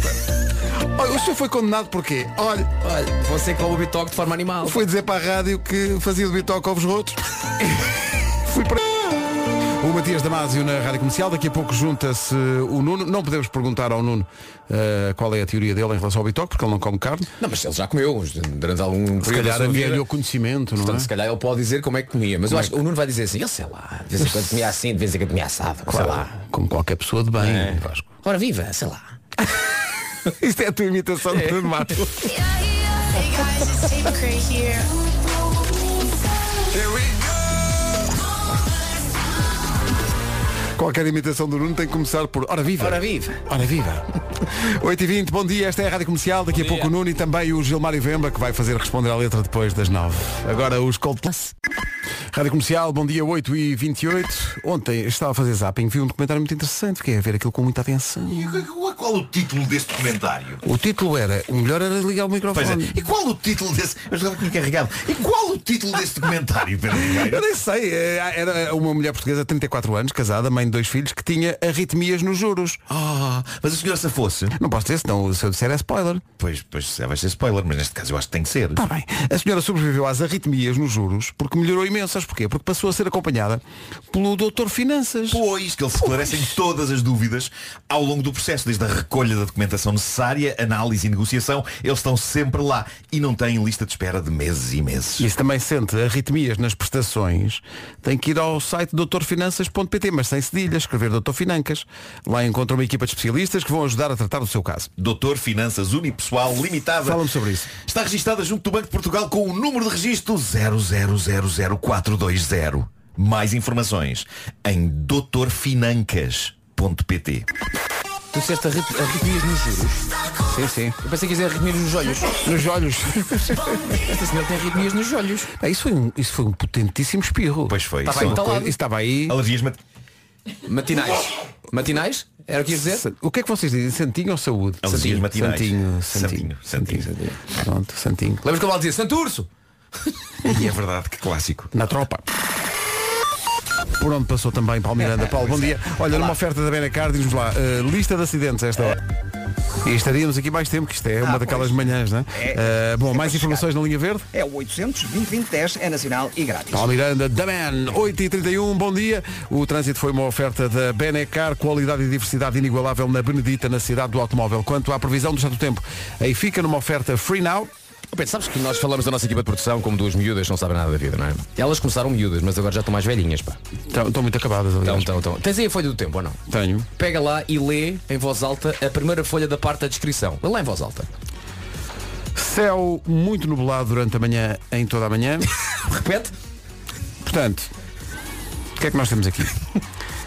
Speaker 1: Olha, o senhor foi condenado porquê? Olha,
Speaker 5: Olha, você come o bitoque de forma animal.
Speaker 1: Foi dizer para a rádio que fazia do bitoque ovos rotos. Fui para... O Matias Damasio na Rádio Comercial, daqui a pouco junta-se o Nuno. Não podemos perguntar ao Nuno eh, qual é a teoria dele em relação ao bitoque, porque ele não come carne.
Speaker 5: Não, mas ele já comeu uns- durante algum
Speaker 1: Se calhar havia-lhe o conhecimento, não é?
Speaker 5: Portanto, se calhar ele pode dizer como é que comia. Mas eu acho que o Nuno vai dizer assim, eu sei lá, de vez em quando comia assim, de vez em quando comia assado, sei lá.
Speaker 1: Como qualquer pessoa de bem, Vasco.
Speaker 5: Ora viva, sei lá.
Speaker 1: Isto é a tua imitação de Nuno Mato.
Speaker 11: Hey guys, it's Tape Crate here.
Speaker 1: Qualquer imitação do Nuno tem que começar por Ora Viva.
Speaker 5: Ora viva.
Speaker 1: Ora viva. 8h20, bom dia, esta é a Rádio Comercial. Daqui a pouco o Nuno e também o Gilmário Vemba, que vai fazer responder à letra depois das 9. Agora os Coldplay. Rádio Comercial, bom dia, 8h28. Ontem estava a fazer zapping, vi um documentário muito interessante, fiquei a ver aquilo com muita atenção.
Speaker 4: E qual, qual o título deste documentário?
Speaker 1: O título era O melhor era ligar o
Speaker 4: Pois é.
Speaker 1: microfone.
Speaker 4: E qual o título desse. Eu estava aqui encarregado. E qual o título desse documentário, Pedro Ribeiro?
Speaker 1: Eu nem sei, eh, era uma mulher portuguesa de 34 anos, casada, mãe de dois filhos, que tinha arritmias nos juros.
Speaker 4: Ah, mas o senhor se fosse.
Speaker 1: Não posso dizer, senão se eu disser é spoiler.
Speaker 4: Pois, pois é, vai ser spoiler, mas neste caso eu acho que tem que ser.
Speaker 1: Está bem. A senhora sobreviveu às arritmias nos juros porque melhorou imensas. Porquê? Porque passou a ser acompanhada pelo doutor Finanças.
Speaker 4: Pois, que eles esclarecem todas as dúvidas ao longo do processo, desde a recolha da documentação necessária, análise e negociação, eles estão sempre lá e não têm lista de espera de meses e
Speaker 1: E
Speaker 4: meses.
Speaker 1: se também sente arritmias nas prestações, tem que ir ao site doutorfinanças.pt, mas sem cedilha, escrever doutor Financas. Lá encontra uma equipa de especialistas que vão ajudar a tratar do seu caso.
Speaker 4: Doutor Finanças Unipessoal Limitada.
Speaker 1: Fala-me sobre isso.
Speaker 4: Está registada junto do Banco de Portugal com o número de registro 0000420. Mais informações em doutorfinancas.pt
Speaker 12: Tu disseste arre- arrepias nos juros.
Speaker 1: Sim, sim.
Speaker 12: Eu pensei que ia dizer arrepias nos olhos.
Speaker 1: Nos olhos.
Speaker 12: Esta senhora tem arrepias nos olhos.
Speaker 1: Ah, isso, foi um, isso foi um potentíssimo espirro.
Speaker 4: Pois foi.
Speaker 12: Tá
Speaker 4: Isso
Speaker 12: bem,
Speaker 4: é uma
Speaker 12: então-
Speaker 4: coisa-
Speaker 1: Isso estava aí.
Speaker 4: Alergias-me.
Speaker 12: Matinais. Matinais? Era o que ias dizer?
Speaker 1: O que é que vocês dizem? Santinho ou saúde?
Speaker 4: Alergias É matinais.
Speaker 1: Santinho, Santinho.
Speaker 4: Santinho, Santinho.
Speaker 1: Pronto, Santinho.
Speaker 12: Lembras que eu dizia Santurso?
Speaker 4: E é verdade, que clássico.
Speaker 1: Na tropa. Por onde passou também Paulo Miranda. Paulo, bom dia. Olha, numa oferta da Benacar, diz-nos lá, eh, lista de acidentes a esta hora. E estaríamos aqui mais tempo, que isto é
Speaker 4: Ah,
Speaker 1: uma daquelas manhãs, não é?
Speaker 3: É.
Speaker 1: Eh, bom,
Speaker 3: É
Speaker 1: mais
Speaker 3: para
Speaker 1: informações na linha verde?
Speaker 3: É o 800 20 10 é nacional e grátis.
Speaker 1: Paulo Miranda, The Man, 8h31, bom dia. O trânsito foi uma oferta da Benecar, qualidade e diversidade inigualável na Benedita, na cidade do automóvel. Quanto à previsão do estado do tempo, aí fica numa oferta Free Now.
Speaker 5: Oh, Pedro, sabes que nós falamos da nossa equipa de produção como duas miúdas, que não sabem nada da vida, não é? Elas começaram miúdas, mas agora já estão mais velhinhas, pá.
Speaker 1: Estão estão muito acabadas,
Speaker 5: Então,
Speaker 1: aliás.
Speaker 5: então, então. Tens aí a folha do tempo ou não?
Speaker 1: Tenho.
Speaker 5: Pega lá e lê em voz alta a primeira folha da parte da descrição. Lê lá em voz alta.
Speaker 1: Céu muito nublado durante a manhã, em toda a manhã.
Speaker 5: Repete.
Speaker 1: Portanto, o que é que nós temos aqui?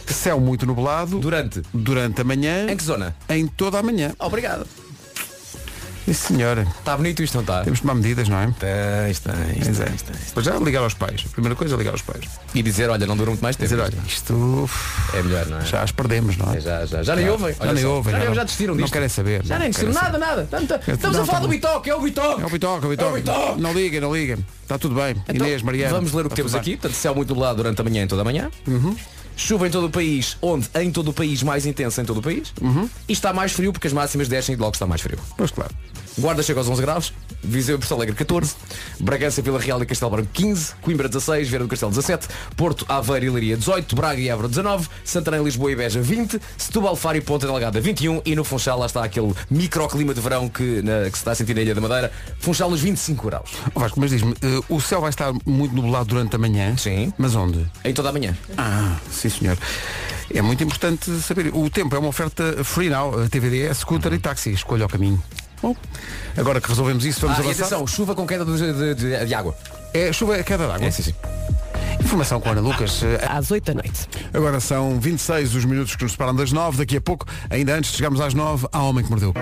Speaker 1: Céu muito nublado
Speaker 5: Durante.
Speaker 1: durante a manhã,
Speaker 5: Em que zona?
Speaker 1: em toda a manhã.
Speaker 5: Obrigado.
Speaker 1: E senhora,
Speaker 5: Está Tá bonito isto, não está?
Speaker 1: temos de tomar medidas, não é?
Speaker 5: Tens, tens,
Speaker 1: Pois é. Pois já ligar aos pais. A primeira coisa é ligar aos pais.
Speaker 5: E dizer, olha, não dura muito mais tempo.
Speaker 1: Dizer, olha, isto uf,
Speaker 5: É melhor, não é?
Speaker 1: já as perdemos, não é?
Speaker 5: Já, já, já nem ouvem.
Speaker 1: Já
Speaker 5: Olha
Speaker 1: nem
Speaker 5: só.
Speaker 1: ouvem.
Speaker 5: Já,
Speaker 1: não-
Speaker 5: já desistiram
Speaker 1: Não
Speaker 5: disto.
Speaker 1: querem saber.
Speaker 5: Já
Speaker 1: não
Speaker 5: nem desistiram.
Speaker 1: querem
Speaker 5: Nada, nada. Tanto- Estamos
Speaker 1: Não, tá
Speaker 5: a falar do
Speaker 1: bom.
Speaker 5: Bitoque, é o Bitoque.
Speaker 1: É o Bitoca, é o Bitoca.
Speaker 5: Bitoca.
Speaker 1: Não liguem, não liguem. Está tudo bem.
Speaker 5: Então,
Speaker 1: Inês, É Mariana. Uhum.
Speaker 5: Vamos ler o
Speaker 1: está
Speaker 5: que temos
Speaker 1: tudo bem.
Speaker 5: aqui. Portanto, céu muito nublado durante a manhã em toda a manhã. Chuva em todo o país, onde em todo o país mais intensa em todo o país.
Speaker 1: Uhum.
Speaker 5: E está mais frio porque as máximas descem e logo está mais frio.
Speaker 1: Pois claro.
Speaker 5: Guarda chega aos 11 graus, Viseu e Porto Alegre 14, Bragança, Vila Real e Castelo Branco 15, Coimbra 16, Vieira do Castelo 17, Porto, Aveiro e Leiria 18, Braga e Évora 19, Santarém, Lisboa e Beja 20, Setúbal, Faro e Ponta Delgada 21 e no Funchal lá está aquele microclima de verão que, na- que se está a sentir na Ilha da Madeira, Funchal os 25 graus.
Speaker 1: Ó Vasco, mas diz-me, eh, o céu vai estar muito nublado durante a manhã.
Speaker 5: Sim.
Speaker 1: Mas onde?
Speaker 5: Em toda a manhã.
Speaker 1: Ah, sim senhor. É muito importante saber. O tempo é uma oferta free now, eh, a TVD, é scooter
Speaker 5: Uhum.
Speaker 1: e táxi. Escolha o caminho. Bom, agora que resolvemos isso, vamos
Speaker 5: Ah, e
Speaker 1: avançar.
Speaker 5: atenção, chuva com queda de, de- de- de água.
Speaker 1: É chuva é queda d'água.
Speaker 5: sim, sim.
Speaker 1: Informação com a Ana Lucas. Eh,
Speaker 6: Às 8 da noite.
Speaker 1: Agora são 26 os minutos que nos separam das 9. Daqui a pouco, ainda antes de chegarmos às 9, há homem que mordeu.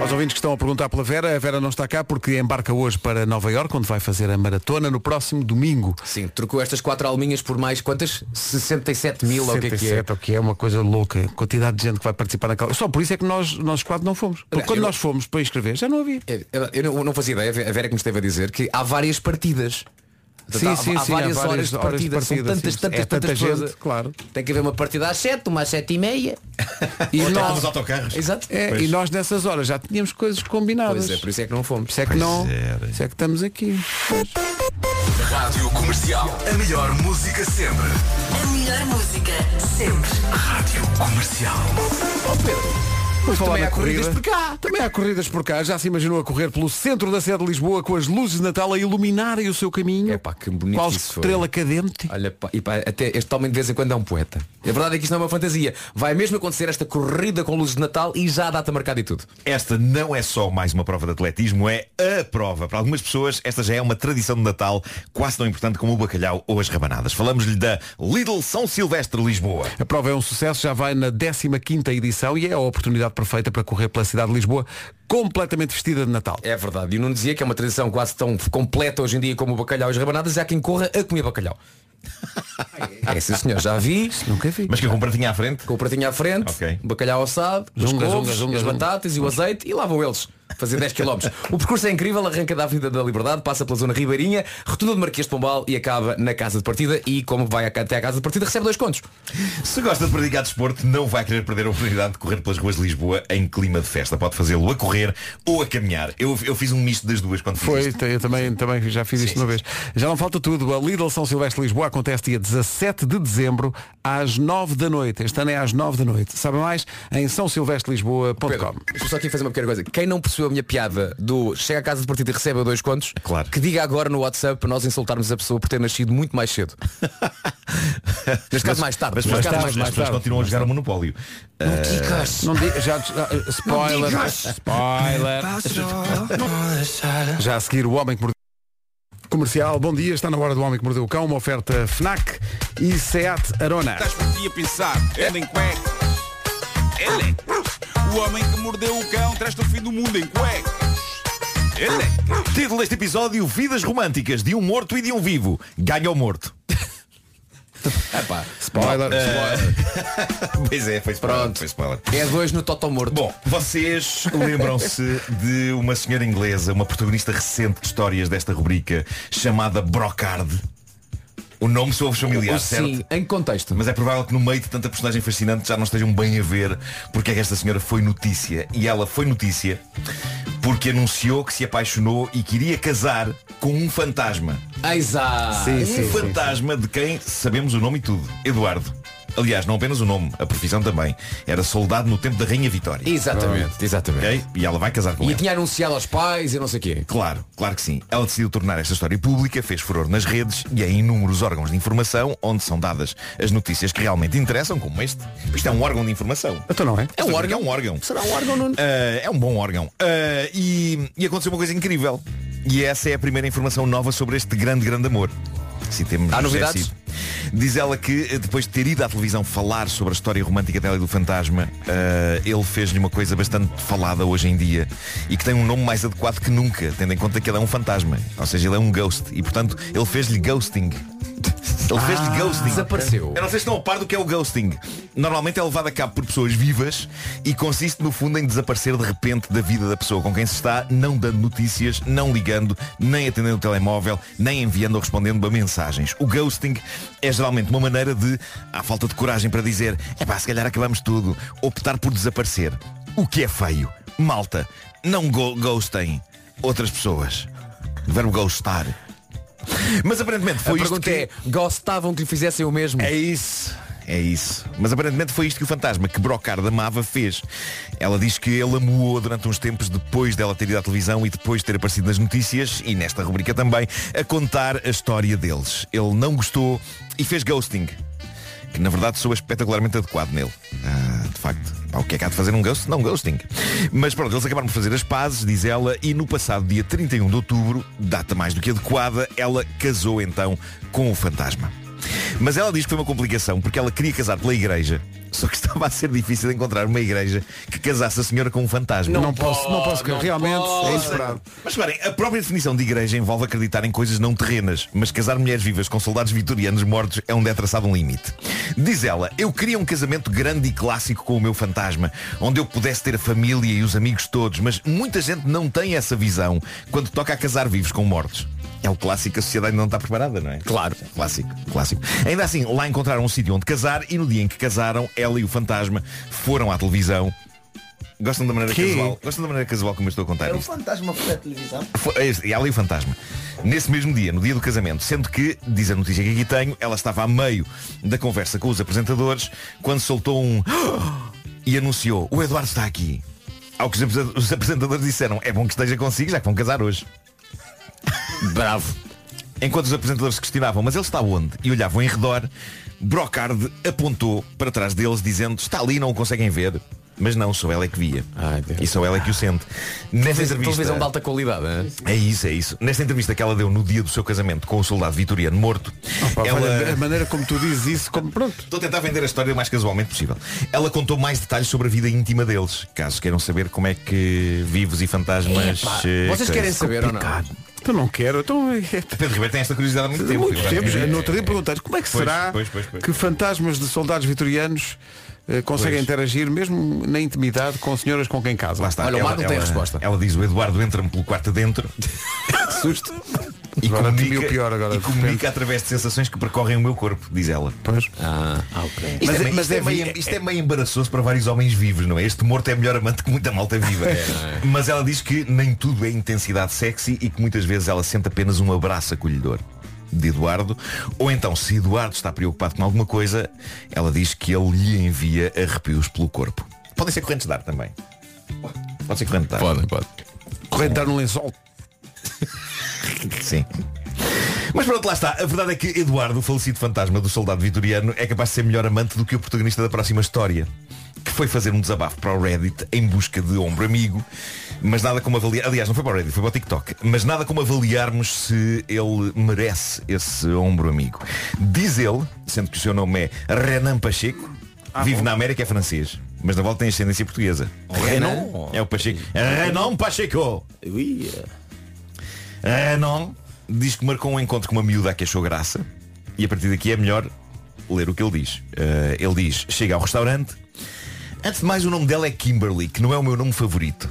Speaker 1: Aos ouvintes que estão a perguntar pela Vera, a Vera não está cá porque embarca hoje para Nova Iorque, onde vai fazer a maratona no próximo domingo.
Speaker 5: Sim, trocou estas quatro alminhas por mais quantas? 67 mil ou o que é que é?
Speaker 1: 67, o que é uma coisa louca. A Quantidade de gente que vai participar naquela. Só por isso é que nós, nós quatro não fomos. Porque
Speaker 5: Aliás,
Speaker 1: quando
Speaker 5: eu-
Speaker 1: nós fomos para inscrever, já não havia.
Speaker 5: É, Eu eu não- eu não fazia ideia, a Vera que me esteve a dizer que há várias partidas. Portanto,
Speaker 1: Sim,
Speaker 5: há,
Speaker 1: sim,
Speaker 5: há
Speaker 1: sim,
Speaker 5: várias,
Speaker 1: há várias
Speaker 5: horas de
Speaker 1: horas de
Speaker 5: partida, são
Speaker 1: partida,
Speaker 5: tantas,
Speaker 1: sim.
Speaker 5: tantas,
Speaker 1: É tanta
Speaker 5: tantas
Speaker 1: gente,
Speaker 5: pessoas.
Speaker 1: claro.
Speaker 5: Tem que haver uma partida às 7, uma às 7 e meia.
Speaker 1: E
Speaker 4: Ou
Speaker 1: nós,
Speaker 4: nos autocarros.
Speaker 5: Exato.
Speaker 1: é, e nós nessas horas já tínhamos coisas combinadas.
Speaker 5: Pois é, por isso é que não
Speaker 1: Por
Speaker 5: fomos.
Speaker 1: isso é que
Speaker 4: Pois
Speaker 1: não.
Speaker 4: é,
Speaker 1: Por isso é que estamos aqui.
Speaker 13: Rádio Comercial. A melhor música sempre.
Speaker 6: A melhor música, sempre.
Speaker 13: Rádio Comercial.
Speaker 1: Por falar
Speaker 5: também
Speaker 1: na
Speaker 5: há corridas
Speaker 1: corrida,
Speaker 5: por cá.
Speaker 1: Também há corridas por cá. Já se imaginou a correr pelo centro da sede de Lisboa com as luzes de Natal a iluminarem o seu caminho?
Speaker 5: Epá, que bonito
Speaker 1: Qual
Speaker 5: isso foi.
Speaker 1: estrela cadente?
Speaker 5: Olha, pá, e pá, até este homem de vez em quando é um poeta. A verdade é que isto não é uma fantasia. Vai mesmo acontecer esta corrida com luzes de Natal e já a data marcada e tudo.
Speaker 4: Esta não é só mais uma prova de atletismo, é a prova. Para algumas pessoas, esta já é uma tradição de Natal quase tão importante como o bacalhau ou as rabanadas. Falamos-lhe da Lidl São Silvestre Lisboa.
Speaker 1: A prova é um sucesso, já vai na 15ª edição e é a oportunidade perfeita para correr pela cidade de Lisboa completamente vestida de Natal.
Speaker 5: É verdade. E não dizia que é uma tradição quase tão completa hoje em dia como o bacalhau e as rabanadas, já quem corra a comer bacalhau. É sim senhor, já vi.
Speaker 1: Nunca vi.
Speaker 4: Mas que a compratinha à frente?
Speaker 5: Com o pratinho à frente,
Speaker 4: Ok.
Speaker 5: o bacalhau assado, os
Speaker 1: Zunga,
Speaker 5: couves,
Speaker 1: zunga, zunga,
Speaker 5: as
Speaker 1: zunga.
Speaker 5: batatas e o azeite e lá vão eles fazer 10 km. o percurso é incrível, arranca da Avenida da Liberdade, passa pela zona Ribeirinha, retuna do Marquês de Pombal e acaba na casa de partida e como vai até à casa de partida recebe dois contos.
Speaker 4: Se gosta de praticar desporto, não vai querer perder a oportunidade de correr pelas ruas de Lisboa em clima de festa. Pode fazê-lo a correr ou a caminhar. Eu, eu fiz um misto das duas quando fiz
Speaker 1: Foi,
Speaker 4: isto.
Speaker 1: t- eu também, também já fiz isto uma vez. Já não falta tudo. A Lidl São Silvestre Lisboa acontece dia 17 de dezembro às 9 da noite. Este ano é às 9 da noite. Sabe mais? Em sãosilvestrelisboa.com
Speaker 5: Pedro, deixa eu só aqui fazer uma pequena coisa. Quem não percebeu a minha piada do chega à casa de partida e recebe dois contos,
Speaker 4: Claro.
Speaker 5: que diga agora no WhatsApp para nós insultarmos a pessoa por ter nascido muito mais cedo. Neste caso mais tarde.
Speaker 4: Mas
Speaker 5: Neste
Speaker 4: as
Speaker 5: caso
Speaker 4: pessoas-
Speaker 5: mais
Speaker 4: as
Speaker 5: tarde.
Speaker 4: pessoas continuam a jogar o Monopólio.
Speaker 1: Não diga, já, já- spoiler. Spoiler. Já a seguir o Homem que Mordeu Comercial, bom dia, está na hora do Homem que Mordeu o Cão, uma oferta FNAC e SEAT Arona.
Speaker 13: Estás por ti a pensar. Ela em cueca.
Speaker 14: Ele. é O homem que mordeu o cão traz-te o fim do mundo em cuecas.
Speaker 4: Ele. É, Título deste episódio, Vidas Românticas de um Morto e de um Vivo. Ganha o morto.
Speaker 5: Epá,
Speaker 1: spoiler,
Speaker 4: Eh, spoiler. pois é, foi spoiler, Pronto. foi spoiler.
Speaker 5: É dois no Totó Morto.
Speaker 4: Bom, vocês lembram-se de uma senhora inglesa, uma protagonista recente de histórias desta rubrica, chamada Brocard. O nome soa-vos familiar,
Speaker 5: Sim,
Speaker 4: certo?
Speaker 5: em contexto.
Speaker 4: Mas é provável que no meio de tanta personagem fascinante já não estejam bem a ver porque é que esta senhora foi notícia. E ela foi notícia porque anunciou que se apaixonou e queria casar com um fantasma.
Speaker 5: Exato.
Speaker 4: um fantasma de quem sabemos o nome e tudo. Eduardo. Aliás, não apenas o nome, a profissão também. Era soldado no tempo da Rainha Vitória.
Speaker 5: Exatamente, exatamente.
Speaker 4: Ok? E ela vai casar com
Speaker 5: E
Speaker 4: ele.
Speaker 5: tinha anunciado aos pais e não sei o quê.
Speaker 4: Claro, claro que sim. Ela decidiu tornar esta história pública, fez furor nas redes e em inúmeros órgãos de informação onde são dadas as notícias que realmente interessam, como este. Isto é um órgão de informação.
Speaker 1: Então não é?
Speaker 4: É um órgão? É um órgão.
Speaker 1: Será um órgão, Nuno?
Speaker 4: Ah, é um bom órgão. Ah, e, e aconteceu uma coisa incrível. E essa é a primeira informação nova sobre este grande, grande amor. Se temos
Speaker 5: Há
Speaker 4: José
Speaker 5: novidades?
Speaker 4: Cid. Diz ela que eh, depois de ter ido à televisão falar sobre a história romântica dela e do fantasma, ah, ele fez-lhe uma coisa bastante falada hoje em dia e que tem um nome mais adequado que nunca, tendo em conta que ele é um fantasma. Ou seja, ele é um ghost. E portanto, ele fez-lhe ghosting. Ele fez-lhe ghosting.
Speaker 5: Desapareceu.
Speaker 4: Eu não sei se estão a par do que é o ghosting. Normalmente é levado a cabo por pessoas vivas e consiste no fundo em desaparecer de repente da vida da pessoa com quem se está, não dando notícias, não ligando, nem atendendo o telemóvel, nem enviando ou respondendo a mensagens. O ghosting é geralmente uma maneira de, à falta de coragem para dizer, é pá, se calhar acabamos tudo, optar por desaparecer. O que é feio. Malta, não go ghostem outras pessoas. Verbo ghostar. Mas aparentemente
Speaker 5: A
Speaker 4: foi isto
Speaker 5: pergunta
Speaker 4: que...
Speaker 5: é, gostavam que lhe fizessem o mesmo?
Speaker 4: É isso. É isso. Mas aparentemente foi isto que o fantasma que Brocard amava fez. Ela diz que ele amuou durante uns tempos depois dela ter ido à televisão e depois de ter aparecido nas notícias e nesta rubrica também, a contar a história deles. Ele não gostou e fez ghosting. Que na verdade soa espetacularmente adequado nele. Ah, de facto. Pá, o que é que há de fazer um ghost? Não, ghosting. Mas pronto, eles acabaram por fazer as pazes, diz ela, e no passado dia 31 de outubro, data mais do que adequada, ela casou então com o fantasma. Mas ela diz que foi uma complicação porque ela queria casar pela igreja. Só que estava a ser difícil encontrar uma igreja que casasse a senhora com um fantasma.
Speaker 1: Não, posso, não posso, crer. realmente é inesperado.
Speaker 4: Mas reparem, a própria definição de igreja envolve acreditar em coisas não terrenas, mas casar mulheres vivas com soldados vitorianos mortos é onde é traçado um limite. Diz ela, eu queria um casamento grande e clássico com o meu fantasma, onde eu pudesse ter a família e os amigos todos, mas muita gente não tem essa visão quando toca a casar vivos com mortos. É o clássico, a sociedade ainda não está preparada, não é? Claro. Clássico, clássico. Ainda assim, lá encontraram um sítio onde casar e no dia em que casaram, ela e o fantasma foram à televisão. Gostam da maneira
Speaker 1: Que?
Speaker 4: casual? Gostam da maneira casual como eu estou a contar isto?
Speaker 15: É um fantasma foi a televisão.
Speaker 4: Foi- é isso, E ela e o fantasma. Nesse mesmo dia, no dia do casamento, sendo que, diz a notícia que aqui tenho, ela estava a meio da conversa com os apresentadores quando soltou um e anunciou, o Eduardo está aqui. Ao que os apres- os apresentadores disseram, é bom que esteja consigo, já que vão casar hoje. Bravo. Enquanto os apresentadores se questionavam, mas ele está onde? E olhavam em redor, Brocard apontou para trás deles dizendo, está ali, não o conseguem ver. Mas não, só ela é que via. e só ela é que o sente. Nessa
Speaker 5: Televisão
Speaker 4: entrevista-
Speaker 5: televisão de alta qualidade, não é?
Speaker 4: é isso, é isso. Nesta entrevista que ela deu no dia do seu casamento com o soldado vitoriano morto,
Speaker 1: Pá, olha, A
Speaker 4: ela.
Speaker 1: maneira como tu dizes isso, como pronto.
Speaker 4: Estou a tentar vender a história o mais casualmente possível. Ela contou mais detalhes sobre a vida íntima deles, caso queiram saber como é que vivos e fantasmas. eh,
Speaker 5: Vocês querem
Speaker 4: coisas.
Speaker 5: saber ou não?
Speaker 1: Eu não quero, então é. é-
Speaker 4: Pedro Ribeiro tem esta curiosidade há muito tempo.
Speaker 1: Muito
Speaker 4: Ribeiro.
Speaker 1: tempo.
Speaker 4: É,
Speaker 1: No outro dia perguntaste como é que
Speaker 4: Pois,
Speaker 1: será
Speaker 4: pois, pois, pois.
Speaker 1: que fantasmas de soldados vitorianos eh, conseguem
Speaker 4: Pois.
Speaker 1: interagir mesmo na intimidade com senhoras com quem casam.
Speaker 4: Lá está.
Speaker 5: Olha, o
Speaker 4: Ela-
Speaker 5: Marco tem a
Speaker 4: ela-
Speaker 5: resposta.
Speaker 4: Ela diz, o Eduardo entra-me pelo quarto adentro. Susto. E
Speaker 1: Agora tive
Speaker 4: comunica,
Speaker 1: o pior agora,
Speaker 4: e
Speaker 1: de repente.
Speaker 4: comunica através de sensações que percorrem o meu corpo, diz ela.
Speaker 1: Pois.
Speaker 4: Isto,
Speaker 1: Mas
Speaker 4: é,
Speaker 1: é-
Speaker 4: meio-
Speaker 1: mas
Speaker 4: isto
Speaker 1: é
Speaker 4: é meio,
Speaker 1: vi-
Speaker 4: isto é meio embaraçoso para vários homens vivos, não é? Este morto é melhor amante que muita malta viva. Mas ela diz que nem tudo é intensidade sexy e que muitas vezes ela sente apenas um abraço acolhedor de Eduardo. Ou então, se Eduardo está preocupado com alguma coisa, ela diz que ele lhe envia arrepios pelo corpo. Podem ser correntes de ar também. Pode ser corrente de ar.
Speaker 5: Pode, pode.
Speaker 1: Corrente dar um lençol.
Speaker 4: Sim. Mas pronto, lá está. A verdade é que Eduardo, o falecido fantasma do soldado vitoriano, é capaz de ser melhor amante do que o protagonista da próxima história. Que foi fazer um desabafo para o Reddit em busca de ombro amigo, mas nada como avaliar. Aliás, não foi para o Reddit, foi para o TikTok. Mas nada como avaliarmos se ele merece esse ombro amigo. Diz ele, sendo que o seu nome é Renan Pacheco, vive na América, é francês. mas na volta tem ascendência portuguesa.
Speaker 15: Renan?
Speaker 4: É o Pacheco. Renan Pacheco. Renan diz que marcou um encontro com uma miúda que achou graça e a partir daqui é melhor ler o que ele diz. Eh, ele diz, chega ao restaurante. Antes de mais o nome dela é Kimberly, que não é o meu nome favorito.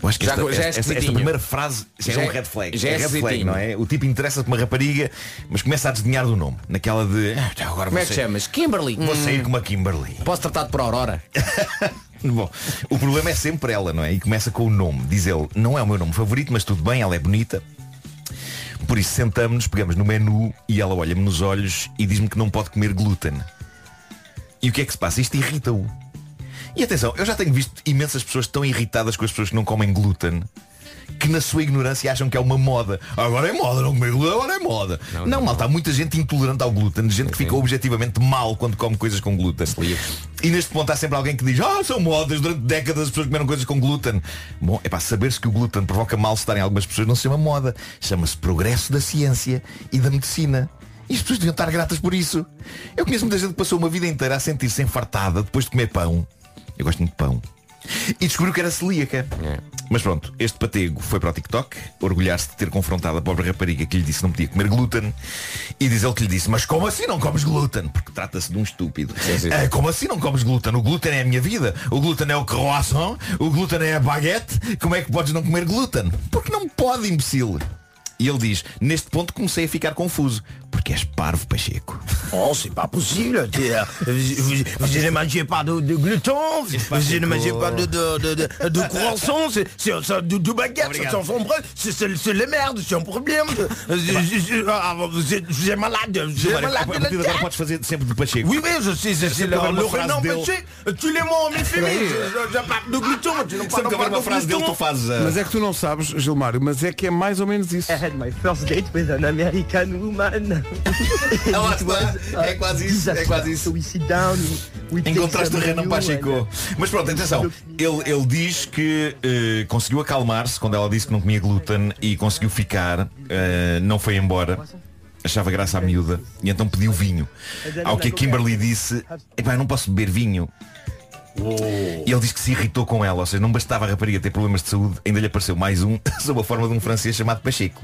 Speaker 4: Eu acho que
Speaker 5: Já
Speaker 4: esta,
Speaker 5: co- já é
Speaker 4: esta- esta
Speaker 5: esquisitinho.
Speaker 4: primeira frase já,
Speaker 5: Já
Speaker 4: é
Speaker 5: é-
Speaker 4: um red flag.
Speaker 5: já é
Speaker 4: red flag,
Speaker 5: esquisitinho.
Speaker 4: não é? O tipo interessa-te uma rapariga, mas começa a desdenhar do nome. Naquela de. "Ah,
Speaker 5: Como
Speaker 4: agora vou
Speaker 5: é que
Speaker 4: sair-
Speaker 5: chamas? Kimberly.
Speaker 4: Vou
Speaker 5: Hum.
Speaker 4: sair com uma Kimberly.
Speaker 5: Posso tratar-te por Aurora?
Speaker 4: Bom, o problema é sempre ela, não é? E começa com o nome. Diz ele, não é o meu nome favorito, mas tudo bem, ela é bonita. Por isso sentamos-nos, pegamos no menu e ela olha-me nos olhos e diz-me que não pode comer glúten. E o que é que se passa? Isto irrita-o. E atenção, eu já tenho visto imensas pessoas tão irritadas com as pessoas que não comem glúten que na sua ignorância acham que é uma moda. Agora é moda, não comer glúten, agora é moda. Não, malta, há muita gente intolerante ao glúten, gente que fica objetivamente mal quando come coisas com glúten. E neste ponto há sempre alguém que diz, ah, são modas, durante décadas as pessoas comeram coisas com glúten. Bom, é para saber-se que o glúten provoca mal-estar em algumas pessoas não se chama moda, chama-se progresso da ciência e da medicina. E as pessoas deviam estar gratas por isso. Eu conheço muita gente que passou uma vida inteira a sentir-se enfartada depois de comer pão. Eu gosto muito de pão. E descobriu que era celíaca. Mas pronto, este patego foi para o TikTok, orgulhar-se de ter confrontado a pobre rapariga que lhe disse que não podia comer glúten. E diz ele que lhe disse, mas como assim não comes glúten? Porque trata-se de um estúpido. "Ah, como assim não comes glúten? O glúten é a minha vida. O glúten é o croissant. O glúten é a baguete. Como é que podes não comer glúten? Porque não pode, imbecil. E ele diz, neste ponto comecei a ficar confuso. Porque és parvo, Pacheco.
Speaker 13: Oh, c'est pas possible. t'es, euh, Vous, vous- vous ne mangez pas de, de gluten, vous ne mangez pas de, de, de, de, de croissant, c'est c'est- c'est de, de baguette, c'est sans fond brun, c'est- c'est c'est les merdes, c'est un problème.
Speaker 4: Eh ben.
Speaker 13: Euh, je- je- je- ah, Vous êtes vous êtes malade, vous êtes
Speaker 4: Gilmar,
Speaker 13: malade de la
Speaker 4: a partir de agora
Speaker 13: tête.
Speaker 4: podes fazer sempre de Pacheco.
Speaker 13: Oui, oui, je sais, je sais,
Speaker 4: Sempre
Speaker 13: le,
Speaker 4: que houver uma
Speaker 13: le
Speaker 4: frase
Speaker 13: Renan
Speaker 4: dele-
Speaker 13: Pacheco, tu les mots, mais fini,
Speaker 1: Oui.
Speaker 13: je, je parle de gluten, tu ne
Speaker 1: Sempre
Speaker 13: parles
Speaker 1: que houver
Speaker 13: pas
Speaker 1: uma frase
Speaker 13: de
Speaker 1: dele,
Speaker 13: gluten.
Speaker 1: tu fazes a- Mas é que tu não sabes, Gilmário, mas é que é mais ou menos isso. I had my first date with an American woman.
Speaker 13: Ah,
Speaker 4: Lá está. É quase isso, é quase isso. Encontraste o Renan Pacheco. Mas pronto, atenção. Ele, ele diz que eh, conseguiu acalmar-se quando ela disse que não comia glúten e conseguiu ficar, eh, não foi embora. Achava graça à miúda e então pediu vinho. Ao que a Kimberly disse, epá, eu não posso beber vinho. E ele diz que se irritou com ela, ou seja, não bastava a rapariga ter problemas de saúde, ainda lhe apareceu mais um, sob a forma de um francês chamado Pacheco,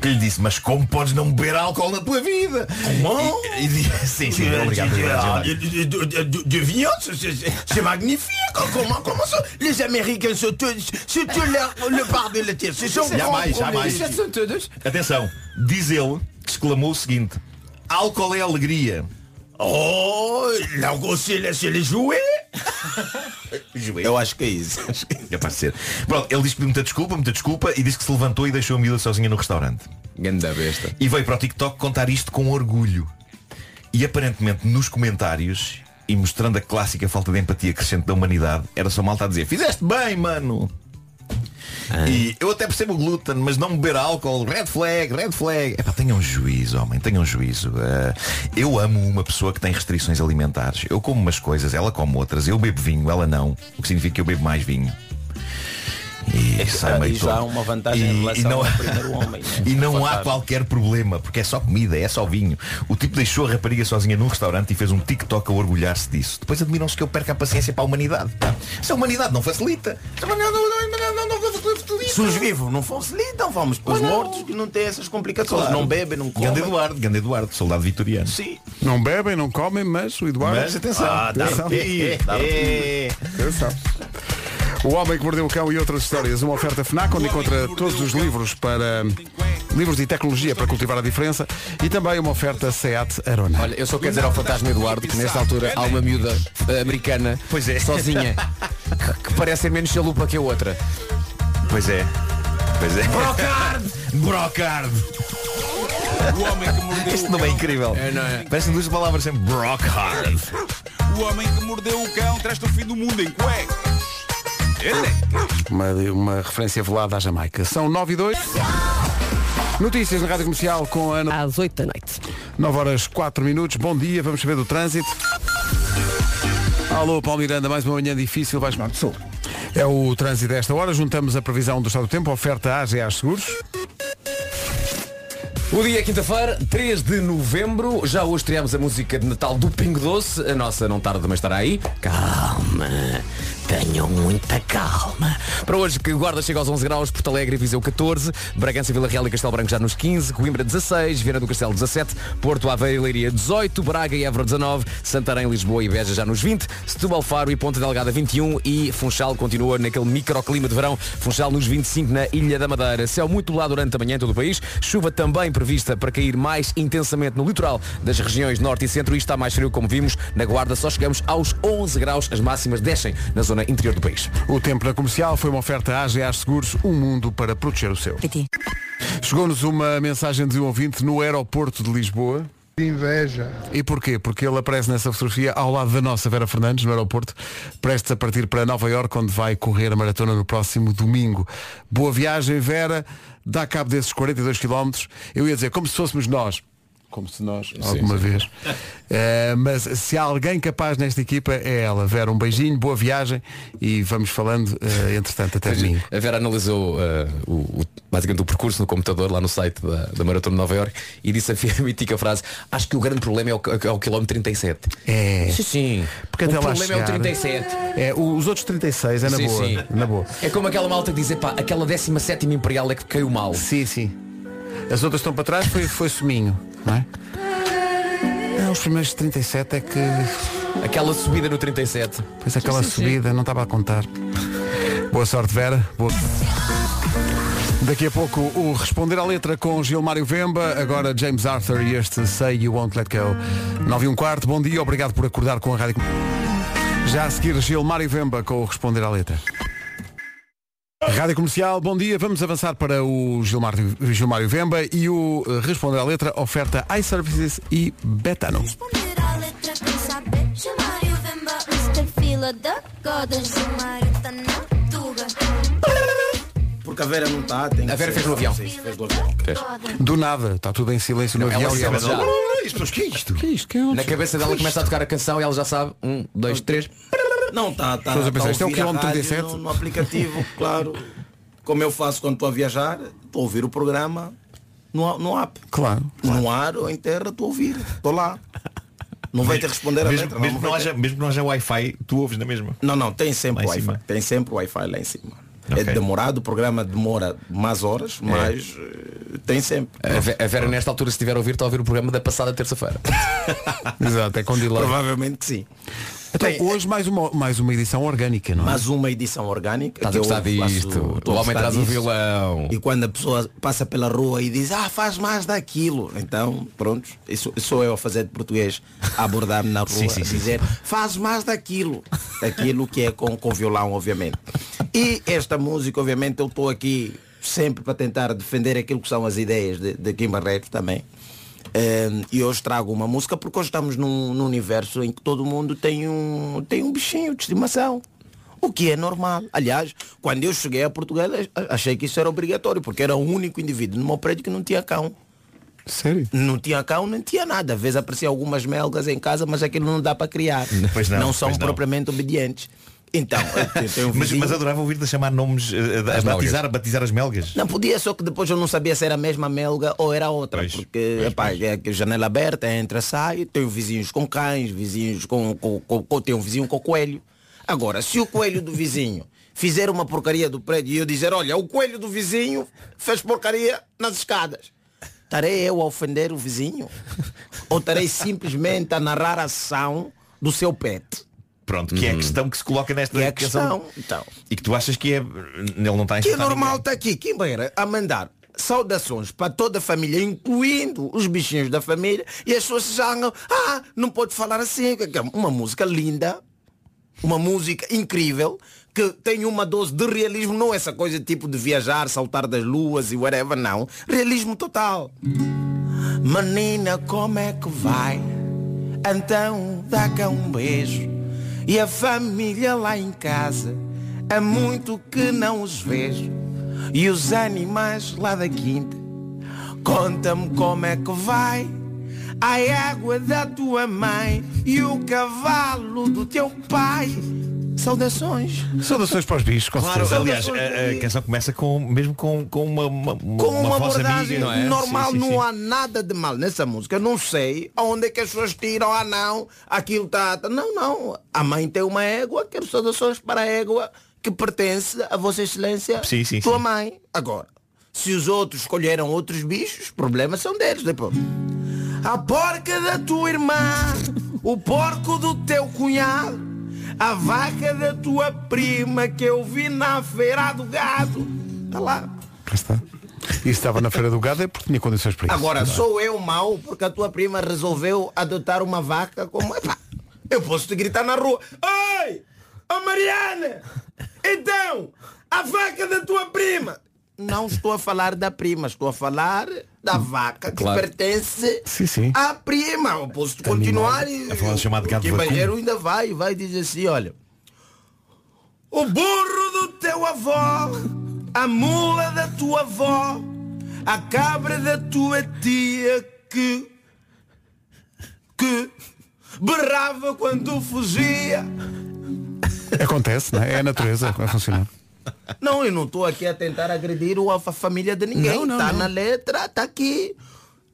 Speaker 4: que lhe disse, mas como podes não beber álcool na tua vida? Como? E, e, di- sim, sim,
Speaker 13: Euh,
Speaker 4: obrigado.
Speaker 13: tu- tu-
Speaker 4: obrigado,
Speaker 13: ah,
Speaker 4: obrigado.
Speaker 13: de, de, de, de- de- de vignoble, c'est- c'est- c'est magnifique. Comment, comment ça Les Américains se tuent, se tuent leur- le bar de la terre. C'est son grand
Speaker 4: Jamais,
Speaker 13: problème.
Speaker 4: jamais. Atenção, diz ele que exclamou o seguinte, álcool é alegria.
Speaker 13: Oh, l'alcool, c'est les- c'est les jouets.
Speaker 4: Eu acho que é isso. É para ser. Pronto, ele disse que pediu muita desculpa, muita desculpa e disse que se levantou e deixou a miúda sozinha no restaurante.
Speaker 5: Ganda besta.
Speaker 4: E veio para o TikTok contar isto com orgulho. E aparentemente nos comentários, e mostrando a clássica falta de empatia crescente da humanidade, era só malta a dizer, fizeste bem, mano! E eu até percebo o glúten, mas não beber álcool, red flag, red flag. Epá, tenham juízo, homem, tenham juízo. Ah, eu amo uma pessoa que tem restrições alimentares. Eu como umas coisas, ela come outras, eu bebo vinho, ela não, o que significa que eu bebo mais vinho. E sai meio todo. E- e não- e não há qualquer problema, porque é só comida, é só vinho. O tipo deixou a rapariga sozinha num restaurante e fez um TikTok a orgulhar-se disso. Depois admiram-se que eu perca a paciência para a humanidade. pá. Se a humanidade não facilita.
Speaker 13: Se os vivos não fossem lidos, então vamos para os mortos que não têm essas complicações.
Speaker 4: Claro.
Speaker 13: Não bebem, não comem.
Speaker 4: Grande Eduardo, grande Eduardo, soldado vitoriano.
Speaker 13: Sim.
Speaker 1: Não bebem, não comem, mas o Eduardo. tá.
Speaker 4: Mas atenção. Ah, dá
Speaker 1: atenção.
Speaker 4: piti, dá piti.
Speaker 1: Atenção. O Homem que Mordeu o Cão e outras histórias. Uma oferta FNAC onde encontra todos os livros para livros e tecnologia para cultivar a diferença e também uma oferta SEAT Arona.
Speaker 5: Olha, eu só quero dizer ao fantasma Eduardo que nesta altura há uma miúda eh, americana
Speaker 4: é.
Speaker 5: sozinha que- que parece ser menos chalupa que a outra.
Speaker 4: Pois é. Pois é.
Speaker 15: Brocard!
Speaker 4: Brocard!
Speaker 14: O homem que mordeu
Speaker 4: Este
Speaker 14: o
Speaker 4: nome é
Speaker 14: cão.
Speaker 4: incrível. Parecem duas palavras sempre Brockhard.
Speaker 14: O homem que mordeu o cão traz-te o fim do mundo em cueca.
Speaker 4: é
Speaker 1: Uma, uma referência velada à Jamaica. São 9 e 2. Notícias na Rádio Comercial com a Ana. Às 8 da noite. 9 horas 4 minutos. Bom dia, vamos saber do trânsito. Alô, Paulo Miranda, mais uma manhã difícil, vais para o sul. É o trânsito desta hora, juntamos a previsão do estado do tempo, oferta AGA Seguros.
Speaker 5: O dia é quinta-feira, 3 de novembro. Já hoje criamos a música de Natal do Pingo Doce. A nossa não tarda, mas estará aí. Calma. Tenham muita calma. Para hoje, que Guarda chega aos 11 graus, Porto Alegre e Viseu 14, Bragança, Vila Real e Castelo Branco já nos 15, Coimbra 16, Viana do Castelo 17, Porto Aveiro e Leiria 18, Braga e Évora 19, Santarém, Lisboa e Beja já nos 20, Setúbal, Faro e Ponta Delgada 21 e Funchal continua naquele microclima de verão. Funchal nos 25 na Ilha da Madeira. Céu muito nublado durante a manhã em todo o país. Chuva também prevista para cair mais intensamente no litoral das regiões norte e centro e está mais frio, como vimos. Na Guarda só chegamos aos 11 graus. As máximas descem na zona interior do país.
Speaker 1: O tempo na comercial foi uma oferta à AGA Seguros, um mundo para proteger o seu. Chegou-nos uma mensagem de um ouvinte no aeroporto de Lisboa.
Speaker 16: De inveja.
Speaker 1: E porquê? Porque ele aparece nessa fotografia ao lado da nossa Vera Fernandes, no aeroporto, prestes a partir para Nova Iorque, onde vai correr a maratona no próximo domingo. Boa viagem, Vera. Dá cabo desses 42 km. Eu ia dizer, como se fôssemos nós. Como se nós, alguma
Speaker 17: sim.
Speaker 1: vez. Eh, mas se há alguém capaz nesta equipa, é ela. Vera, um beijinho, boa viagem e vamos falando, eh, entretanto, até domingo.
Speaker 5: A Vera analisou eh, o, o- basicamente o percurso no computador lá no site da, da Maratona de Nova Iorque e disse a fi- a mítica frase acho que o grande problema é o, é o quilómetro 37.
Speaker 1: É.
Speaker 5: Sim, sim.
Speaker 1: Porque
Speaker 5: o
Speaker 1: até lá
Speaker 5: problema é o
Speaker 1: chegar-
Speaker 5: 37.
Speaker 1: É, o- os outros 36 é na
Speaker 5: Sim,
Speaker 1: boa.
Speaker 5: sim.
Speaker 1: Na boa.
Speaker 5: É como aquela malta que diz, pá, aquela 17 Imperial é que caiu mal.
Speaker 1: Sim, sim. As outras estão para trás, foi, foi suminho, não é? É, Os primeiros 37 é que.
Speaker 5: Aquela subida no 37.
Speaker 1: Pois aquela subida, não estava a contar. Boa sorte, Vera. Boa- Daqui a pouco o Responder à Letra com Gilmário Vemba, agora James Arthur e este Say You Won't Let Go. 9 e um quarto, bom dia, obrigado por acordar com a rádio. Com- Já a seguir Gilmário Vemba com o Responder à Letra. Rádio Comercial, bom dia. Vamos avançar para o Gilmar, Gilmário Vemba e o eh, Responder à Letra oferta iServices e Betano.
Speaker 13: Porque a Vera não está, tem
Speaker 1: A Vera
Speaker 13: que
Speaker 1: fez
Speaker 13: ser.
Speaker 1: no avião.
Speaker 13: Sim, fez no avião.
Speaker 1: Do nada, está tudo em silêncio no
Speaker 5: Não, ela
Speaker 1: avião. e
Speaker 5: sabe já.
Speaker 13: que é isto?
Speaker 1: Que é isto? Que é
Speaker 5: Na cabeça dela começa a tocar a canção e ela já sabe. Um, dois, três.
Speaker 13: Não, está, está.
Speaker 5: Estás a pensar,
Speaker 1: um
Speaker 5: isto é o quilómetro
Speaker 13: 37? No, no aplicativo, claro. Como eu faço quando estou a viajar, estou a ouvir o programa no, no app.
Speaker 1: Claro.
Speaker 13: No ar ou em terra, estou a ouvir. Estou lá. Não vai ter que responder a
Speaker 4: mesmo,
Speaker 13: letra.
Speaker 4: Mesmo, que não
Speaker 13: vai ter.
Speaker 4: haja, mesmo que não haja Wi-Fi, tu ouves na mesma.
Speaker 13: Não, não, tem sempre
Speaker 4: Lá em
Speaker 13: Wi-Fi.
Speaker 4: cima.
Speaker 13: Tem sempre Wi-Fi lá em cima. É
Speaker 4: Ok. É.
Speaker 13: demorado, o programa demora mais horas, mas eh, tem sempre.
Speaker 5: A Ve- a Vera, nesta altura, se estiver a ouvir, está a ouvir o programa da passada terça-feira.
Speaker 1: Exato, é com delay.
Speaker 13: Provavelmente que sim.
Speaker 1: Então, hoje mais uma, mais uma edição orgânica, não é?
Speaker 13: Mais uma edição orgânica.
Speaker 1: Estás
Speaker 13: que
Speaker 1: a gostar
Speaker 13: eu faço-
Speaker 1: disto.
Speaker 13: estou
Speaker 1: O
Speaker 13: a
Speaker 1: homem
Speaker 13: gostar
Speaker 1: traz um
Speaker 13: disso.
Speaker 5: violão.
Speaker 13: E quando a pessoa passa pela rua e diz, ah, faz mais daquilo. Então, pronto, isso sou eu a fazer de português, a abordar-me na rua,
Speaker 15: Sim, sim,
Speaker 13: a
Speaker 15: sim,
Speaker 13: dizer, faz mais daquilo. Daquilo que é com, com violão, obviamente. E esta música, obviamente, eu estou aqui sempre para tentar defender aquilo que são as ideias de, de Kim Barreto também. Ehm, e hoje trago uma música porque hoje estamos num, num universo em que todo mundo tem um, tem um bichinho de estimação. O que é normal. Aliás, quando eu cheguei a Portugal, a- achei que isso era obrigatório, porque era o único indivíduo no meu prédio que não tinha cão.
Speaker 1: Sério?
Speaker 13: Não tinha cão, não tinha nada. Às vezes apareciam algumas melgas em casa, mas aquilo não dá para criar.
Speaker 4: Pois não,
Speaker 13: são
Speaker 4: pois não.
Speaker 13: propriamente obedientes. Então, eu tenho um
Speaker 4: mas,
Speaker 13: vizinho-
Speaker 4: mas adorava ouvir-te a chamar nomes, eh, a, a batizar, a batizar as melgas.
Speaker 13: Não podia, só que depois eu não sabia se era a mesma melga ou era outra. porque, epá, é que janela aberta, entra, sai, tenho vizinhos com cães, vizinhos com, com, com, com- tenho um vizinho com coelho. Agora, se o coelho do vizinho fizer uma porcaria do prédio e eu dizer, olha, o coelho do vizinho fez porcaria nas escadas. Estarei eu a ofender o vizinho? Ou estarei simplesmente a narrar a ação do seu pet?
Speaker 4: Pronto, que é a questão que se coloca nesta
Speaker 13: Uhum. Que é a
Speaker 4: canção.
Speaker 13: questão, então.
Speaker 4: E que tu achas que é. Ele não está a
Speaker 13: Que é
Speaker 4: insultar
Speaker 13: normal estar aqui, Kim Beira, a mandar saudações para toda a família, incluindo os bichinhos da família, e as pessoas já andam, ah, não pode falar assim. que é Uma música linda, uma música incrível, que tem uma dose de realismo, não essa coisa tipo de viajar, saltar das luas e whatever, não. Realismo total. Menina, como é que vai? Então dá cá um beijo. E a família lá em casa, há muito que não os vejo. E os animais lá da quinta, conta-me como é que vai. A água da tua mãe e o cavalo do teu pai. Saudações.
Speaker 1: Saudações para os bichos, com
Speaker 4: Claro,
Speaker 1: certeza.
Speaker 4: aliás, a, a canção começa com, mesmo com, com uma, uma, uma,
Speaker 13: com uma
Speaker 4: voz
Speaker 13: abordagem
Speaker 4: amiga, não é?
Speaker 13: normal,
Speaker 4: Sim, sim, sim.
Speaker 13: não há nada de mal nessa música. Eu Não sei aonde é que as pessoas tiram, ah não, aquilo está. Não, não. A mãe tem uma égua, quero saudações para a égua que pertence a Vossa Excelência,
Speaker 4: Sim, sim,
Speaker 13: tua
Speaker 4: sim.
Speaker 13: mãe. Agora, se os outros escolheram outros bichos, problemas são deles depois. A porca da tua irmã, o porco do teu cunhado, a vaca da tua prima que eu vi na feira do gado. Está lá.
Speaker 1: Cá está. E se estava na feira do gado é porque tinha condições para isso.
Speaker 13: Agora,
Speaker 1: Não é?
Speaker 13: sou eu mau porque a tua prima resolveu adotar uma vaca como. Epá, eu posso te gritar na rua. Oi! Ô Mariana! Então, a vaca da tua prima! Não estou a falar da prima, estou a falar da vaca que
Speaker 4: Claro.
Speaker 13: pertence
Speaker 1: Sim, sim.
Speaker 13: à prima. Eu posso continuar e.
Speaker 4: A falar chamado gado
Speaker 13: Que
Speaker 4: vacuno.
Speaker 13: banheiro ainda vai, e vai dizer assim, olha. O burro do teu avó, a mula da tua avó, a cabra da tua tia que. que berrava quando fugia.
Speaker 1: Acontece, não é? É a natureza a funcionar.
Speaker 13: Não, eu não estou aqui a tentar agredir o- a família de ninguém.
Speaker 1: Não, não,
Speaker 13: tá
Speaker 1: não.
Speaker 13: na letra, tá aqui.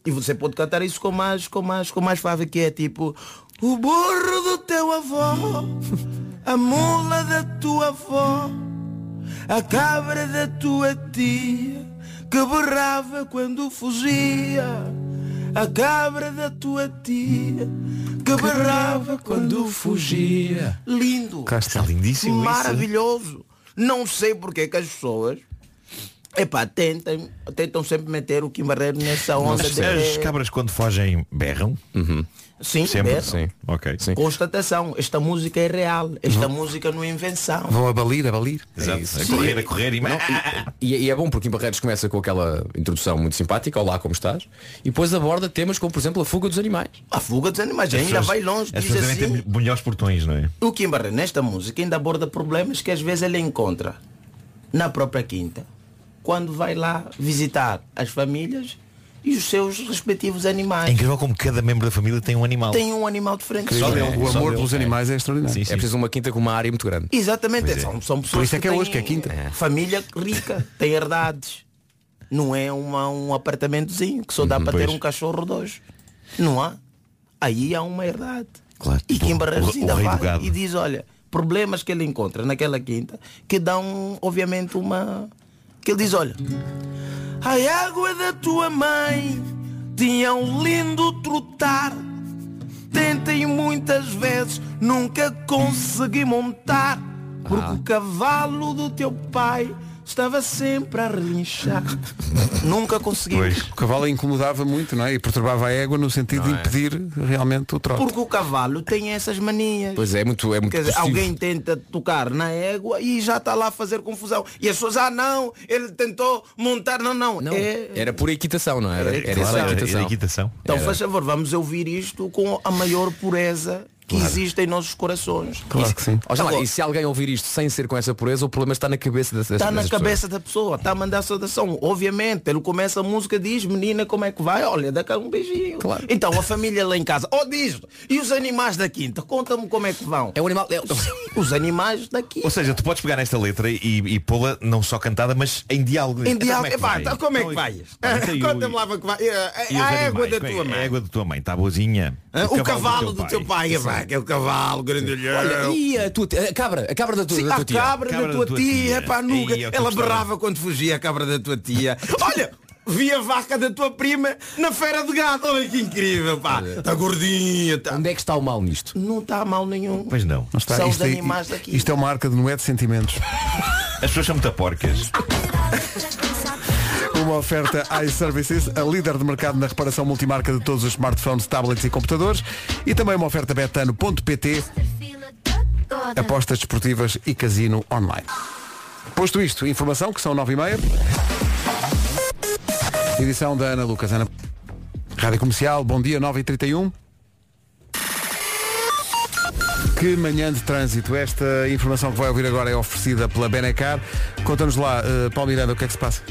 Speaker 13: E você pode cantar isso com mais, com mais, com mais fave, que é tipo O burro do teu avó, a mula da tua avó, a cabra da tua tia, que berrava quando fugia. A cabra da tua tia, que berrava quando fugia. Lindo.
Speaker 4: Cá está lindíssimo isso.
Speaker 13: Maravilhoso. Não sei porque que as pessoas epá, tentam, tentam sempre meter o Kim Barreiro nessa
Speaker 4: Não
Speaker 13: onda
Speaker 4: sei se-
Speaker 13: de...
Speaker 4: As cabras quando fogem berram.
Speaker 13: Sim,
Speaker 4: Sempre.
Speaker 13: Uhum. berram.
Speaker 4: Sim. Ok. Sim.
Speaker 13: Constatação, esta música é real, esta música não é invenção.
Speaker 1: Vão abalir, abalir.
Speaker 4: Exato.
Speaker 2: isso.
Speaker 4: a correr, a correr e... Ah,
Speaker 2: Não, e, e é bom porque em Barreiros começa com aquela introdução muito simpática, olá como estás, e depois aborda temas como por exemplo a fuga dos animais.
Speaker 13: A fuga dos animais ainda vai longe,
Speaker 4: As
Speaker 13: diz
Speaker 4: pessoas devem
Speaker 13: assim.
Speaker 4: ter melhores portões, não é?
Speaker 13: O Kim Barreiro nesta música ainda aborda problemas que às vezes ele encontra na própria quinta, quando vai lá visitar as famílias e os seus respectivos
Speaker 4: É
Speaker 13: animais.
Speaker 4: incrível como cada membro da família tem um animal.
Speaker 13: Tem um animal diferente.
Speaker 1: Só
Speaker 4: dele.
Speaker 1: dele. O
Speaker 4: Só
Speaker 1: amor
Speaker 4: dele.
Speaker 1: pelos animais é extraordinário.
Speaker 4: Sim, sim.
Speaker 2: É preciso uma quinta com uma área muito grande.
Speaker 13: Exatamente,
Speaker 4: Pois é.
Speaker 13: são, são pessoas
Speaker 1: Por isso é que é
Speaker 13: têm
Speaker 1: hoje, que é quinta.
Speaker 13: Família rica, tem herdades. Não é uma, um apartamentozinho que só dá para ter
Speaker 4: pois.
Speaker 13: um cachorro ou dois. Não há. Aí há uma herdade.
Speaker 4: Claro.
Speaker 13: E Kim
Speaker 4: O-
Speaker 13: Barreiros
Speaker 4: o- o
Speaker 13: ainda
Speaker 4: rei do
Speaker 13: vai
Speaker 4: gado.
Speaker 13: e diz, olha, problemas que ele encontra naquela quinta que dão, obviamente, uma. Que ele diz, olha, a água da tua mãe tinha um lindo trotar. Tentem muitas vezes, nunca consegui montar. Porque
Speaker 2: Ah.
Speaker 13: o cavalo do teu pai estava sempre a relinchar. nunca consegui.
Speaker 1: O cavalo incomodava muito, não é? E perturbava a égua no sentido de impedir realmente o trote.
Speaker 13: é? Porque o cavalo tem essas manias.
Speaker 2: Pois é, é muito, é muito
Speaker 13: Quer dizer,
Speaker 2: possível.
Speaker 13: alguém tenta tocar na égua e já está lá a fazer confusão. E as pessoas, ah não, ele tentou montar. Não, não.
Speaker 2: Não,
Speaker 13: é-
Speaker 2: era pura equitação, não era? Era,
Speaker 4: Claro,
Speaker 2: só
Speaker 4: era-
Speaker 2: equitação.
Speaker 4: era equitação.
Speaker 13: Então faz favor, vamos ouvir isto com a maior pureza que existe em nossos corações.
Speaker 1: Claro que sim.
Speaker 2: Olha lá,
Speaker 13: Agora-
Speaker 2: e se alguém ouvir isto sem ser com essa pureza, o problema está na cabeça dessa
Speaker 13: Está tá na cabeça da pessoa, está a mandar saudação. Obviamente, ele começa a música, diz, menina, como é que vai? Olha, dá cá um beijinho.
Speaker 2: Claro.
Speaker 13: Então a família lá em casa, ó diz, e os animais da quinta, conta-me como é que vão.
Speaker 2: É um animal. é-
Speaker 13: Os animais da quinta.
Speaker 4: Ou seja, tu podes pegar nesta letra e, e pôla não só cantada, mas em diálogo.
Speaker 13: Em
Speaker 4: Então,
Speaker 13: diálogo,
Speaker 4: como é que
Speaker 13: epá,
Speaker 4: vai?
Speaker 13: então como é que
Speaker 4: Então,
Speaker 13: vais?
Speaker 4: olha, então e o-
Speaker 13: Conta-me lá como é que vai.
Speaker 4: e
Speaker 13: Eh,
Speaker 4: os
Speaker 13: A
Speaker 4: animais?
Speaker 13: égua da
Speaker 4: Como é
Speaker 13: tua
Speaker 4: que-
Speaker 13: mãe.
Speaker 4: A égua da tua mãe, está boazinha.
Speaker 13: Hã? O cavalo do teu pai, a vaca, é o cavalo grandalhão.
Speaker 2: Olha, e a tua tia- a cabra, a cabra da tua,
Speaker 13: Sim,
Speaker 2: da
Speaker 13: a
Speaker 2: tua tia.
Speaker 13: cabra,
Speaker 4: Cabra
Speaker 13: da tua tia, pá, nuga.
Speaker 4: Ei, eu
Speaker 13: Ela
Speaker 4: gostava.
Speaker 13: berrava quando fugia a cabra da tua tia. Olha, vi a vaca da tua prima na feira de gado. Olha que incrível, pá. Está gordinha, tá.
Speaker 2: Onde é que está o mal nisto?
Speaker 13: Não está mal nenhum.
Speaker 4: Pois não.
Speaker 1: Não está.
Speaker 13: São os
Speaker 1: isto, é,
Speaker 13: animais daqui.
Speaker 1: isto é uma arca de Noé de sentimentos.
Speaker 4: As pessoas são muito porcas.
Speaker 1: Uma oferta iServices, a líder de mercado na reparação multimarca de todos os smartphones, tablets e computadores. E também uma oferta betano.pt, apostas desportivas e casino online. Posto isto, informação que são 9 e meia. Edição da Ana Lucas. Ana... Rádio Comercial, bom dia, 9h31. Que manhã de trânsito. Esta informação que vai ouvir agora é oferecida pela Benecar. Conta-nos lá, eh, Paulo Miranda, o que é que se passa?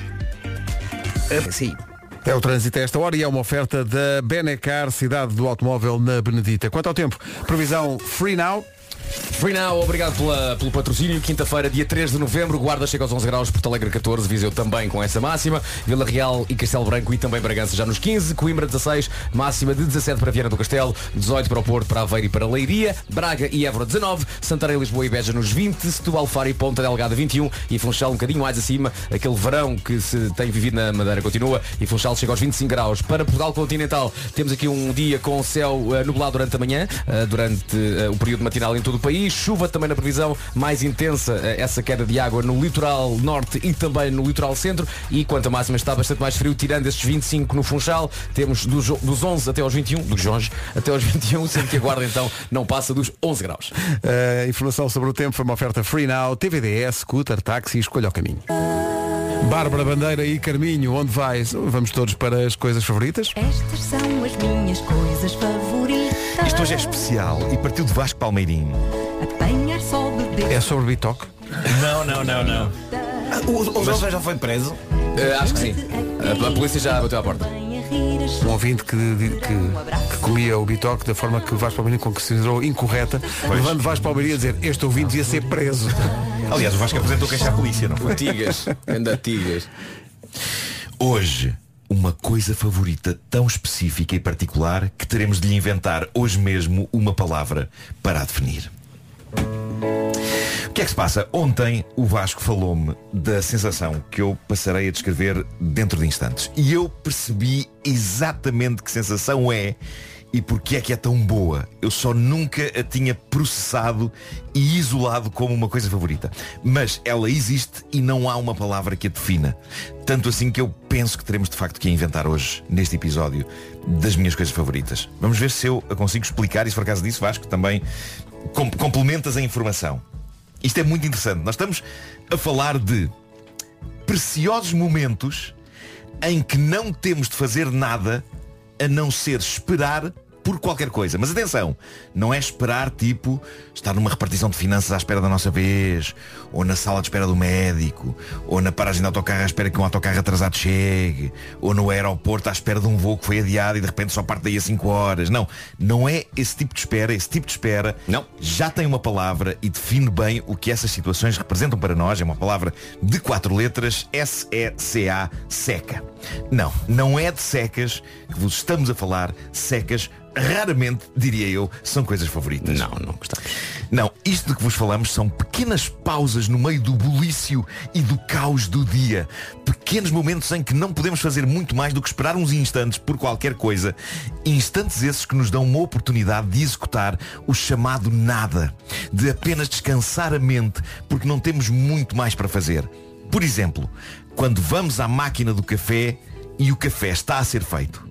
Speaker 3: Sim.
Speaker 1: É o trânsito a esta hora e é uma oferta da Benecar, cidade do automóvel na Benedita. Quanto ao tempo, previsão free now.
Speaker 5: Free Now, obrigado pela- pelo patrocínio. Quinta-feira, dia 3 de novembro, Guarda chega aos 11 graus, Porto Alegre 14, Viseu também com essa máxima, Vila Real e Castelo Branco e também Bragança já nos 15, Coimbra 16, máxima de 17 para Viana do Castelo, 18 para o Porto, para Aveiro e para Leiria, Braga e Évora 19, Santarém, Lisboa e Beja nos 20, Setúbal, Faro e Ponta Delgada 21 e Funchal um bocadinho mais acima, aquele verão que se tem vivido na Madeira continua e Funchal chega aos 25 graus. Para Portugal Continental, temos aqui um dia com céu eh, nublado durante a manhã, eh, durante eh, o período matinal em todo o país. Chuva também na previsão mais intensa, eh, essa queda de água no litoral norte e também no litoral centro. E quanto a máxima está bastante mais frio, tirando esses 25 no Funchal, temos dos, dos 11 até aos 21, dos 11 até aos 21, sendo que a guarda então não passa dos 11 graus.
Speaker 1: A informação sobre o tempo foi uma oferta Free Now, TVDS, scooter, táxi e escolha o caminho. Bárbara Bandeira e Carminho, onde vais? Vamos todos para as coisas favoritas?
Speaker 6: Estas são as minhas coisas favoritas.
Speaker 4: Isto hoje é especial e partiu de Vasco Palmeirinho.
Speaker 6: Apanhar só beber.
Speaker 1: É sobre Bitoque?
Speaker 4: Não, não, não, não.
Speaker 13: O José já foi preso?
Speaker 5: Eh, acho que sim. A, polícia já bateu à porta.
Speaker 1: Um ouvinte que, que- que comia o Bitoque da forma que Vasco Palmeirinho com que se considerou incorreta, levando Vasco Palmeirinho a dizer este ouvinte devia ser preso.
Speaker 4: Aliás, o Vasco apresentou queixa à polícia, não foi?
Speaker 1: Tigas.
Speaker 4: Anda tigas. Hoje, uma coisa favorita tão específica e particular que teremos de lhe inventar hoje mesmo uma palavra para a definir. O que é que se passa? Ontem o Vasco falou-me da sensação que eu passarei a descrever dentro de instantes. E eu percebi exatamente que sensação é e porque é que é tão boa. Eu só nunca a tinha processado e isolado como uma coisa favorita. Mas ela existe e não há uma palavra que a defina. Tanto assim que eu penso que teremos de facto que a inventar hoje, neste episódio, das minhas coisas favoritas. Vamos ver se eu a consigo explicar e se por acaso disso, Vasco, também com- complementas a informação. Isto é muito interessante. Nós estamos a falar de preciosos momentos em que não temos de fazer nada a não ser esperar por qualquer coisa. Mas atenção, não é esperar tipo estar numa repartição de finanças à espera da nossa vez, ou na sala de espera do médico, ou na paragem de autocarro à espera que um autocarro atrasado chegue, ou no aeroporto à espera de um voo que foi adiado e de repente só parte daí a 5 horas. Não, não é esse tipo de espera, esse tipo de espera não. já tem uma palavra e define bem o que essas situações representam para nós. É uma palavra de quatro letras, S-E-C-A, seca. Não, não é de secas que vos estamos a falar, secas. Raramente, diria eu, são coisas favoritas. Não, não gostamos. Não, isto de que vos falamos são pequenas pausas no meio do bulício e do caos do dia. Pequenos momentos em que não podemos fazer muito mais do que esperar uns instantes por qualquer coisa. Instantes esses que nos dão uma oportunidade de executar o chamado nada. De apenas descansar a mente porque não temos muito mais para fazer. Por exemplo, quando vamos à máquina do café e o café está a ser feito.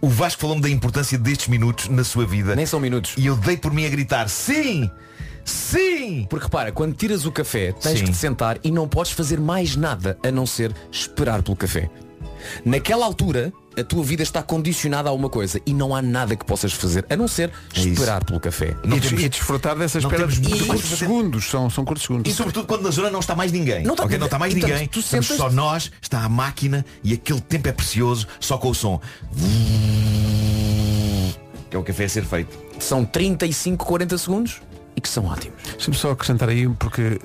Speaker 4: O Vasco falou-me da importância destes minutos na sua vida. Nem são minutos. E eu dei por mim a gritar, sim! Sim!
Speaker 5: Porque repara, quando tiras o café, tens
Speaker 4: Sim.
Speaker 5: que te sentar e não podes fazer mais nada a não ser esperar pelo café. Naquela altura, a tua vida está condicionada a uma coisa e não há nada que possas fazer a não ser esperar pelo café.
Speaker 1: É E, des- e desfrutar dessa espera de de curtos segundos. São, são curtos segundos.
Speaker 4: E sobretudo quando na zona não está mais ninguém.
Speaker 1: Não está-
Speaker 4: Ok? não está mais
Speaker 1: Então,
Speaker 4: ninguém.
Speaker 1: tu
Speaker 4: Estamos
Speaker 1: sentas-
Speaker 4: só nós, está a máquina e aquele tempo é precioso, só com o som. Que é o café a ser feito.
Speaker 5: São 35, 40 segundos e que são ótimos.
Speaker 1: Deixa-me só acrescentar aí, porque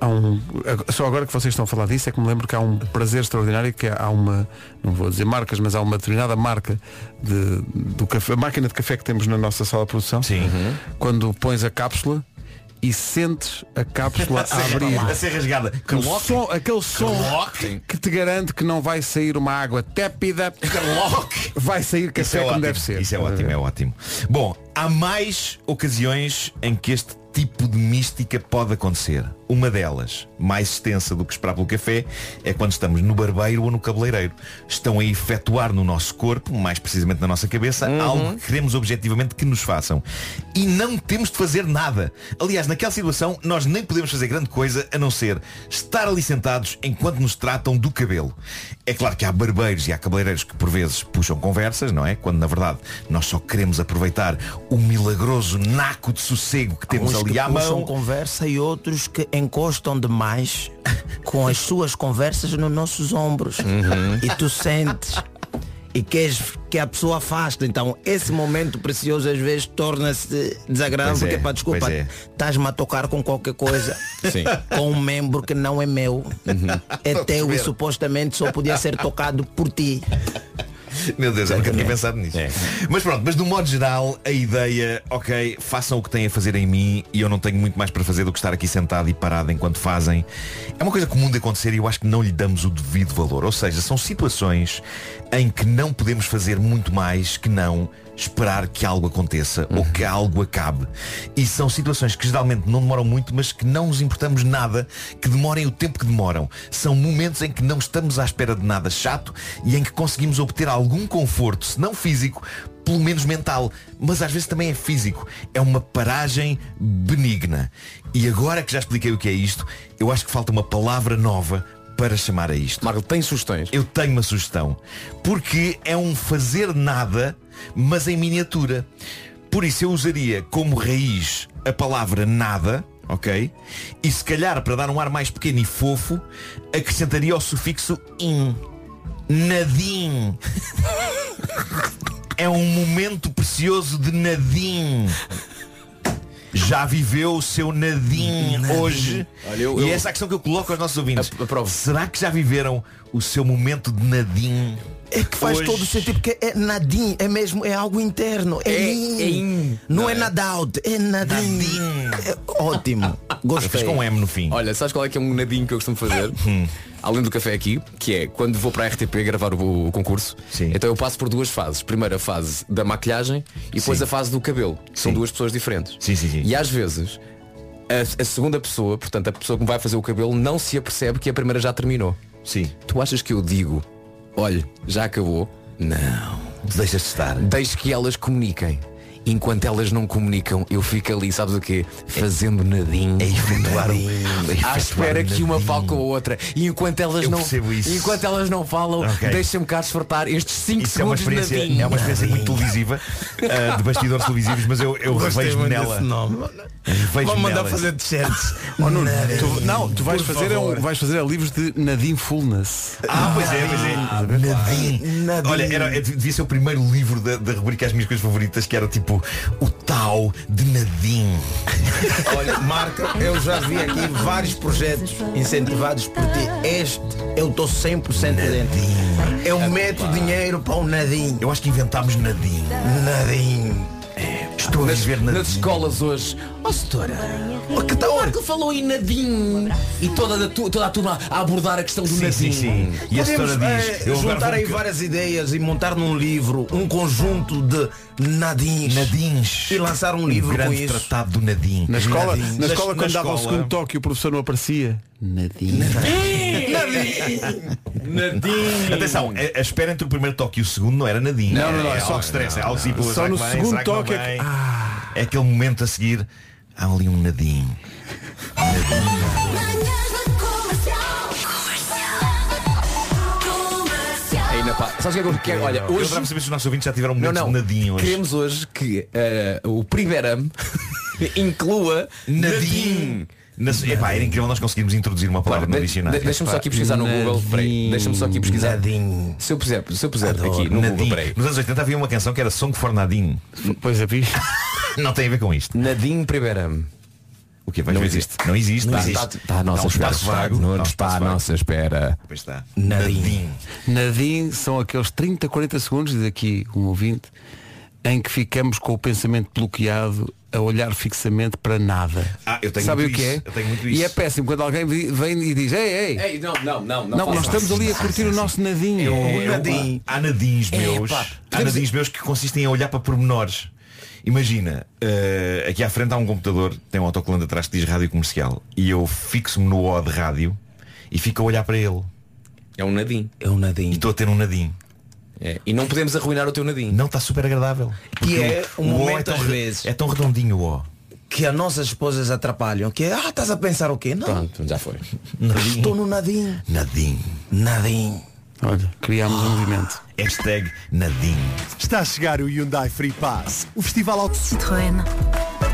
Speaker 1: há um. ag- Só agora que vocês estão a falar disso é que me lembro que há um prazer extraordinário que é, há uma, não vou dizer marcas, mas há uma determinada marca de, do café, a máquina de café que temos na nossa sala de produção. Sim. Quando pões a cápsula e sentes a cápsula
Speaker 4: A ser-
Speaker 1: a abrir.
Speaker 4: a ser rasgada.
Speaker 1: O
Speaker 4: Caloque.
Speaker 1: som- aquele som que te garante que não vai sair uma água tépida. Vai sair
Speaker 4: Isso
Speaker 1: café
Speaker 4: é
Speaker 1: como
Speaker 4: ótimo.
Speaker 1: deve ser. Uhum.
Speaker 4: Isso é ótimo, é ótimo. Bom, há mais ocasiões em que este tipo de mística pode acontecer. Uma delas, mais extensa do que esperar pelo café, é quando estamos no barbeiro ou no cabeleireiro. Estão a efetuar no nosso corpo, mais precisamente na nossa cabeça,
Speaker 1: Uhum.
Speaker 4: algo que queremos objetivamente que nos façam. E não temos de fazer nada. Aliás, naquela situação, nós nem podemos fazer grande coisa a não ser estar ali sentados enquanto nos tratam do cabelo. É claro que há barbeiros e há cabeleireiros que por vezes puxam conversas, não é? Quando na verdade nós só queremos aproveitar o milagroso naco de sossego que temos
Speaker 13: Uns
Speaker 4: ali
Speaker 13: que
Speaker 4: à
Speaker 13: puxam
Speaker 4: mão.
Speaker 13: conversa e outros que encostam demais
Speaker 4: Uhum.
Speaker 13: com as suas conversas nos nossos ombros. E tu sentes e queres que a pessoa afaste. Então esse momento precioso às vezes torna-se desagradável
Speaker 4: Pois
Speaker 13: porque,
Speaker 4: é,
Speaker 13: pá, desculpa,
Speaker 4: pois é.
Speaker 13: estás-me a tocar com qualquer coisa,
Speaker 4: Sim. Uhum.
Speaker 13: com um membro que não é meu, é
Speaker 4: Estou a
Speaker 13: teu e
Speaker 4: perceber.
Speaker 13: supostamente só podia ser tocado por ti.
Speaker 4: Meu Deus, eu nunca tinha pensado nisso. Mas pronto, mas do modo geral, a ideia, ok, façam o que têm a fazer em mim e eu não tenho muito mais para fazer do que estar aqui sentado e parado enquanto fazem. É uma coisa comum de acontecer e eu acho que não lhe damos o devido valor. Ou seja, são situações em que não podemos fazer muito mais que não esperar que algo aconteça ou que algo acabe. E são situações que geralmente não demoram muito, mas que não nos importamos nada, que demorem o tempo que demoram. São momentos em que não estamos à espera de nada chato e em que conseguimos obter algum conforto, se não físico, pelo menos mental, mas às vezes também é físico. É uma paragem benigna. E agora que já expliquei o que é isto, eu acho que falta uma palavra nova para chamar a isto.
Speaker 5: Marco, tem sugestões?
Speaker 4: Eu tenho uma sugestão. Porque é um fazer nada, mas em miniatura. Por isso eu usaria como raiz a palavra nada, ok? E se calhar, para dar um ar mais pequeno e fofo, acrescentaria o sufixo in. Nadim. É um momento precioso de Nadim. Já viveu o seu Nadim,
Speaker 15: Nadim.
Speaker 4: hoje?
Speaker 15: Olha, eu-
Speaker 4: e
Speaker 15: eu-
Speaker 4: essa é a questão que eu coloco aos nossos ouvintes. Será que já viveram o seu momento de Nadim? É
Speaker 13: que faz todo o sentido porque é nadim, é mesmo, é algo interno, é,
Speaker 4: É-
Speaker 13: in.
Speaker 4: é in.
Speaker 13: não é nadaud, é nadim. É ótimo, gostei.
Speaker 5: Fez com
Speaker 4: um M no fim. Hum.
Speaker 5: Olha, sabes qual é que é um nadinho que eu costumo fazer? Além do café aqui, que é quando vou para a RTP gravar o, o concurso, então eu passo por duas fases. Primeiro a fase da maquilhagem e depois a fase do cabelo. que São duas pessoas diferentes. E às vezes a, a segunda pessoa, portanto a pessoa que me vai fazer o cabelo, não se apercebe que a primeira já terminou.
Speaker 4: Sim.
Speaker 5: Tu achas que eu digo, olha, já acabou? Não.
Speaker 4: Deixas de estar.
Speaker 5: Deixe que elas comuniquem. Enquanto elas não comunicam, eu fico ali, sabes o quê? Fazendo nadinho. A
Speaker 4: É efetuar o.
Speaker 5: À espera que uma fale com a outra. E enquanto elas
Speaker 4: Eu
Speaker 5: não.
Speaker 4: percebo isso.
Speaker 5: Enquanto elas não falam,
Speaker 4: Ok.
Speaker 5: deixa-me cá desfrutar estes 5
Speaker 4: Isso é
Speaker 5: segundos
Speaker 4: uma
Speaker 5: de
Speaker 4: experiência,
Speaker 5: nadinho.
Speaker 4: é uma experiência muito televisiva, ah, de bastidores televisivos, mas eu, eu
Speaker 13: Gostei
Speaker 4: revejo-me
Speaker 13: muito
Speaker 4: nela.
Speaker 13: desse nome.
Speaker 4: Revejo-me
Speaker 13: Vou mandar
Speaker 4: nela.
Speaker 13: fazer t-shirts.
Speaker 1: Oh, Nuno, tu-
Speaker 13: Nadim,
Speaker 1: não, tu vais
Speaker 13: por
Speaker 1: fazer, é um-
Speaker 13: favor.
Speaker 1: vais fazer é livros de Nadim Fullness.
Speaker 4: Ah, pois é, pois é. Olha, era, é, devia ser o primeiro livro da, da rubrica As Minhas Coisas Favoritas, que era tipo O Tal de Nadim.
Speaker 13: Olha, é Marco, eu já vi aqui vários projetos incentivados por ti. Este eu estou 100% dentro. Eu meto dinheiro para um o Nadim.
Speaker 4: Eu acho que inventámos Nadim.
Speaker 13: Nadim.
Speaker 4: Estou
Speaker 5: nas, nas escolas hoje. Ó setora, o que tal? Um O Marco falou em nadinho. E toda a, tu- toda a turma a abordar a questão do nadinho.
Speaker 13: E eh, juntar aí várias ideias e montar num livro um conjunto de nadins,
Speaker 4: nadins.
Speaker 13: e lançar um
Speaker 4: Um
Speaker 13: livro com
Speaker 4: grande
Speaker 13: isso.
Speaker 4: tratado do Nadim.
Speaker 1: Na escola,
Speaker 13: Nadim.
Speaker 1: na
Speaker 13: Na-
Speaker 1: escola
Speaker 13: na
Speaker 1: quando dava o
Speaker 13: escola.
Speaker 1: segundo toque e o professor não aparecia. Nadim.
Speaker 4: Nadim. Atenção, a, a espera entre o primeiro toque e o segundo não era Nadim.
Speaker 1: Não, não, não, é
Speaker 4: É
Speaker 1: só-
Speaker 4: algo de stress, é algo tipo.
Speaker 1: Só
Speaker 4: será que
Speaker 1: no
Speaker 4: vem,
Speaker 1: segundo
Speaker 4: será que não
Speaker 1: toque é que-
Speaker 4: vem? É aquele momento a seguir. Há ali um Nadim.
Speaker 1: É
Speaker 5: Ainda pá. Sabes o que é que eu quero? Olha,
Speaker 4: Eu
Speaker 5: hoje.
Speaker 4: estava a saber se os nossos ouvintes já tiveram
Speaker 5: Não,
Speaker 4: momentos
Speaker 5: não.
Speaker 4: de Nadim hoje.
Speaker 5: Queremos hoje que eh, o Primeirame inclua
Speaker 4: Nadim. Na, epá, era incrível nós conseguimos introduzir uma palavra no dicionário.
Speaker 5: De- Deixa-me só aqui pesquisar no Google. Peraí, deixa-me só aqui pesquisar. Se eu puser, se eu puser aqui no Google,
Speaker 4: Nadim.
Speaker 5: peraí.
Speaker 4: Nos anos 80 havia uma canção que era Song for Nadim.
Speaker 1: Pois é, vi.
Speaker 4: Não tem a ver com isto.
Speaker 5: Nadim Primeirame.
Speaker 4: O que não existe. Não existe.
Speaker 5: Não
Speaker 4: Não
Speaker 5: existe.
Speaker 4: existe.
Speaker 5: Está à nossa
Speaker 4: Há um
Speaker 5: espera.
Speaker 4: espaço vago.
Speaker 5: Nuno,
Speaker 4: Há um
Speaker 5: está
Speaker 4: espaço
Speaker 5: à
Speaker 4: vago.
Speaker 5: nossa espera.
Speaker 4: Pois está.
Speaker 1: Nadim. Nadim são aqueles 30, 40 segundos, diz aqui um ouvinte, em que ficamos com o pensamento bloqueado a olhar fixamente para nada.
Speaker 4: Ah, eu tenho
Speaker 1: Sabe
Speaker 4: muito
Speaker 1: o que
Speaker 4: isso,
Speaker 1: é?
Speaker 4: eu tenho muito
Speaker 1: E
Speaker 4: isso.
Speaker 1: é péssimo quando alguém vi- vem e diz, ei, ei,
Speaker 5: Ei, não, não, não,
Speaker 1: não, nós estamos ali a curtir o nosso Nadim.
Speaker 4: É, eu- Há nadins meus.
Speaker 1: Epá,
Speaker 4: Há nadins meus que consistem em olhar para pormenores. Imagina, eh, aqui à frente há um computador, tem um autocolante atrás que diz rádio comercial. E eu fixo-me no O de rádio e fico a olhar para ele.
Speaker 5: É um nadim. É,
Speaker 13: É um nadim.
Speaker 4: E estou a ter um nadim.
Speaker 5: E não podemos arruinar o teu nadim.
Speaker 4: Não, está super agradável.
Speaker 13: Que
Speaker 4: Porque
Speaker 13: é
Speaker 4: o-
Speaker 13: um
Speaker 4: o O
Speaker 13: momento
Speaker 4: é tão
Speaker 13: às
Speaker 4: re-
Speaker 13: vezes.
Speaker 4: É tão redondinho o O.
Speaker 13: Que as nossas esposas atrapalham. Que é, ah, estás a pensar o quê? Não.
Speaker 5: Pronto, já foi.
Speaker 13: Estou no nadim.
Speaker 4: Nadim.
Speaker 13: Nadim.
Speaker 1: Olha, criámos um movimento.
Speaker 4: Hashtag Nadim.
Speaker 17: Está a chegar o Hyundai Free Pass, o festival auto...
Speaker 6: Citroën.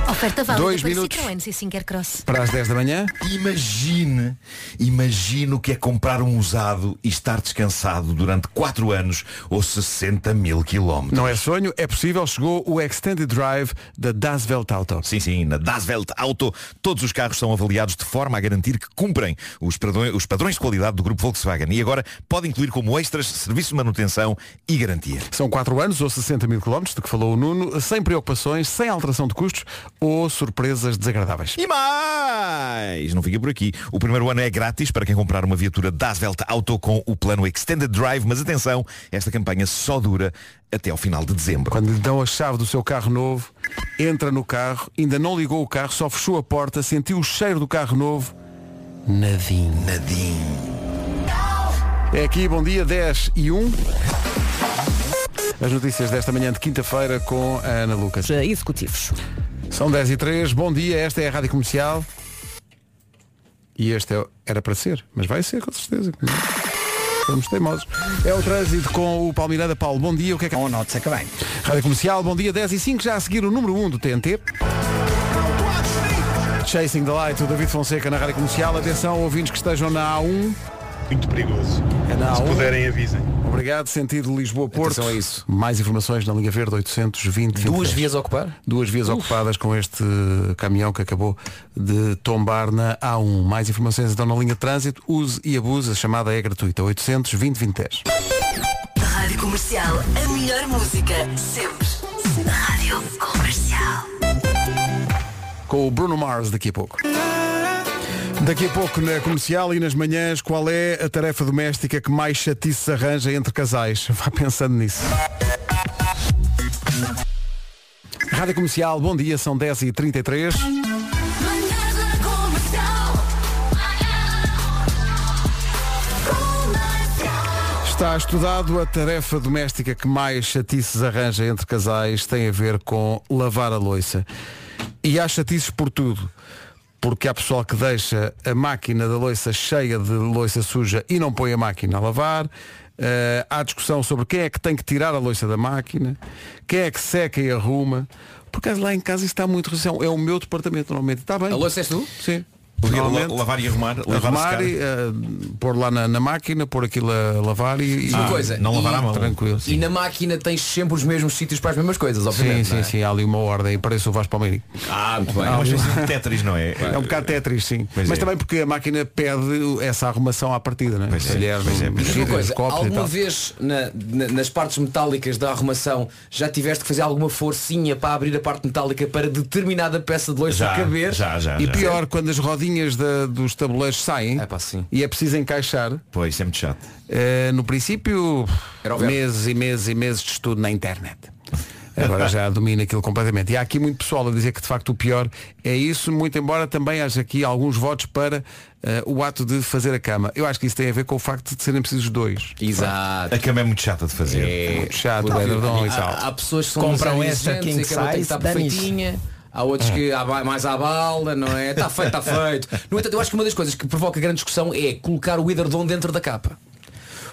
Speaker 16: Oferta válida
Speaker 1: Dois
Speaker 16: para
Speaker 1: minutos.
Speaker 16: Citroën C5 Cross.
Speaker 1: Para as 10 da manhã?
Speaker 4: Imagine, imagine o que é comprar um usado e estar descansado durante 4 anos ou 60 mil quilómetros.
Speaker 1: Não é sonho, é possível. Chegou o Extended Drive da Das Welt Auto.
Speaker 4: Sim, sim, na Das Welt Auto todos os carros são avaliados de forma a garantir que cumprem os padrões, os padrões de qualidade do grupo Volkswagen e agora pode incluir como extras serviço de manutenção e garantia.
Speaker 1: São 4 anos ou 60 mil quilómetros, de que falou o Nuno, sem preocupações, sem alteração de custos ou surpresas desagradáveis.
Speaker 4: E mais! Não fica por aqui. O primeiro ano é grátis para quem comprar uma viatura Das Welt Auto com o plano Extended Drive, mas atenção, esta campanha só dura até ao final de dezembro.
Speaker 1: Quando lhe dão a chave do seu carro novo, entra no carro, ainda não ligou o carro, só fechou a porta, sentiu o cheiro do carro novo. Nadinho.
Speaker 4: Nadinho.
Speaker 1: É aqui, bom dia, 10 e 1. As notícias desta manhã de quinta-feira com a Ana Lucas.
Speaker 17: Executivos.
Speaker 1: São 10 e 3, bom dia, esta é a Rádio Comercial. E este é o- era para ser, mas vai ser com certeza. Estamos teimosos. É o trânsito com o Palmiranda Paulo. Bom dia, o que é que...
Speaker 3: Oh, não, que bem.
Speaker 1: Rádio Comercial, bom dia, 10 e 5, já a seguir o número 1 do TNT. Chasing the Light, o David Fonseca na Rádio Comercial. Atenção, ouvintes que estejam na A1.
Speaker 7: Muito perigoso.
Speaker 1: É na
Speaker 7: Se
Speaker 1: A1.
Speaker 7: puderem, avisem.
Speaker 1: Obrigado, sentido Lisboa-Porto.
Speaker 7: Atenção a
Speaker 1: isso. Mais informações na linha verde 820.
Speaker 5: Duas
Speaker 1: 23.
Speaker 5: vias a ocupar?
Speaker 1: Duas vias ocupadas com este caminhão que acabou de tombar na A1. Mais informações então na linha de trânsito. Use e abuse. A chamada é gratuita. 820 2010.
Speaker 6: Rádio Comercial, a melhor música sempre. Rádio Comercial.
Speaker 1: Com o Bruno Mars daqui a pouco. Daqui a pouco na comercial e nas manhãs, qual é a tarefa doméstica que mais chatice se arranja entre casais? Vá pensando nisso. Rádio Comercial, bom dia, são 10h33. Está estudado a tarefa doméstica que mais chatices arranja entre casais tem a ver com lavar a loiça. E há chatices por tudo. Porque há pessoal que deixa a máquina da loiça cheia de loiça suja e não põe a máquina a lavar. Eh, há discussão sobre quem é que tem que tirar a loiça da máquina, quem é que seca e arruma. Por acaso lá em casa isso está muito redução. É o meu departamento normalmente. Está bem.
Speaker 5: A louça és tu?
Speaker 1: Sim.
Speaker 4: Porque
Speaker 1: Normalmente.
Speaker 4: la- lavar e arrumar, lavar
Speaker 1: Arrumar
Speaker 4: e
Speaker 1: e eh, pôr lá na, na máquina, pôr aquilo a lavar e, e
Speaker 5: Uma coisa, e-
Speaker 1: Tranquilo.
Speaker 5: E na máquina tens sempre os mesmos sítios para as mesmas coisas, obviamente.
Speaker 1: sim,
Speaker 5: não é?
Speaker 1: sim, há ali uma ordem, parece o Vasco Palmeirinho.
Speaker 5: Ah, muito bem.
Speaker 1: Há ali-
Speaker 4: Tetris, não é?
Speaker 1: É um bocado Tetris, sim.
Speaker 4: Pois
Speaker 1: Mas
Speaker 4: é.
Speaker 1: também porque a máquina pede essa arrumação à partida, não é? Os talheres, os
Speaker 5: Mas diz uma
Speaker 1: vidros, os
Speaker 5: coisa,
Speaker 1: copos e
Speaker 5: alguma
Speaker 1: tal.
Speaker 5: vez na- na- nas partes metálicas da arrumação já tiveste que fazer alguma forcinha para abrir a parte metálica para determinada peça de loiça
Speaker 1: Já,
Speaker 5: caber?
Speaker 1: e pior, quando as rodinhas da- dos tabuleiros saem e é preciso encaixar,
Speaker 4: Pois, isso é muito chato.
Speaker 1: eh, no princípio,
Speaker 4: Era o verbo.
Speaker 1: meses e meses e meses de estudo na internet. Agora já domina aquilo completamente. E há aqui muito pessoal a dizer que de facto o pior é isso, muito embora também haja aqui alguns votos para eh, o ato de fazer a cama. Eu acho que isso tem a ver com o facto de serem precisos dois.
Speaker 5: Exato.
Speaker 4: A cama é muito chata de fazer.
Speaker 1: É muito chato,
Speaker 5: Porque
Speaker 1: é verdadão e
Speaker 5: há-
Speaker 1: tal.
Speaker 5: Há, pessoas que são
Speaker 13: Compram
Speaker 5: demasiado
Speaker 13: essa
Speaker 5: exigentes
Speaker 13: king
Speaker 5: e aquela tem que estar
Speaker 13: size, dane-se.
Speaker 5: perfeitinha. Há outros que há ba- mais à balda, não é? Está feito, está feito. No entanto, eu acho que uma das coisas que provoca grande discussão é colocar o edredom dentro da capa.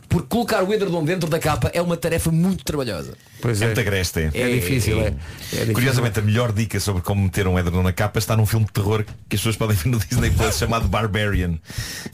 Speaker 5: Porque colocar o edredom dentro da capa é uma tarefa muito trabalhosa.
Speaker 1: Pois
Speaker 4: é,
Speaker 5: é.
Speaker 4: muito agreste.
Speaker 5: É difícil, é. É difícil.
Speaker 4: Curiosamente, a melhor dica sobre como meter um edredom na capa está num filme de terror que as pessoas podem ver no Disney Plus chamado Barbarian.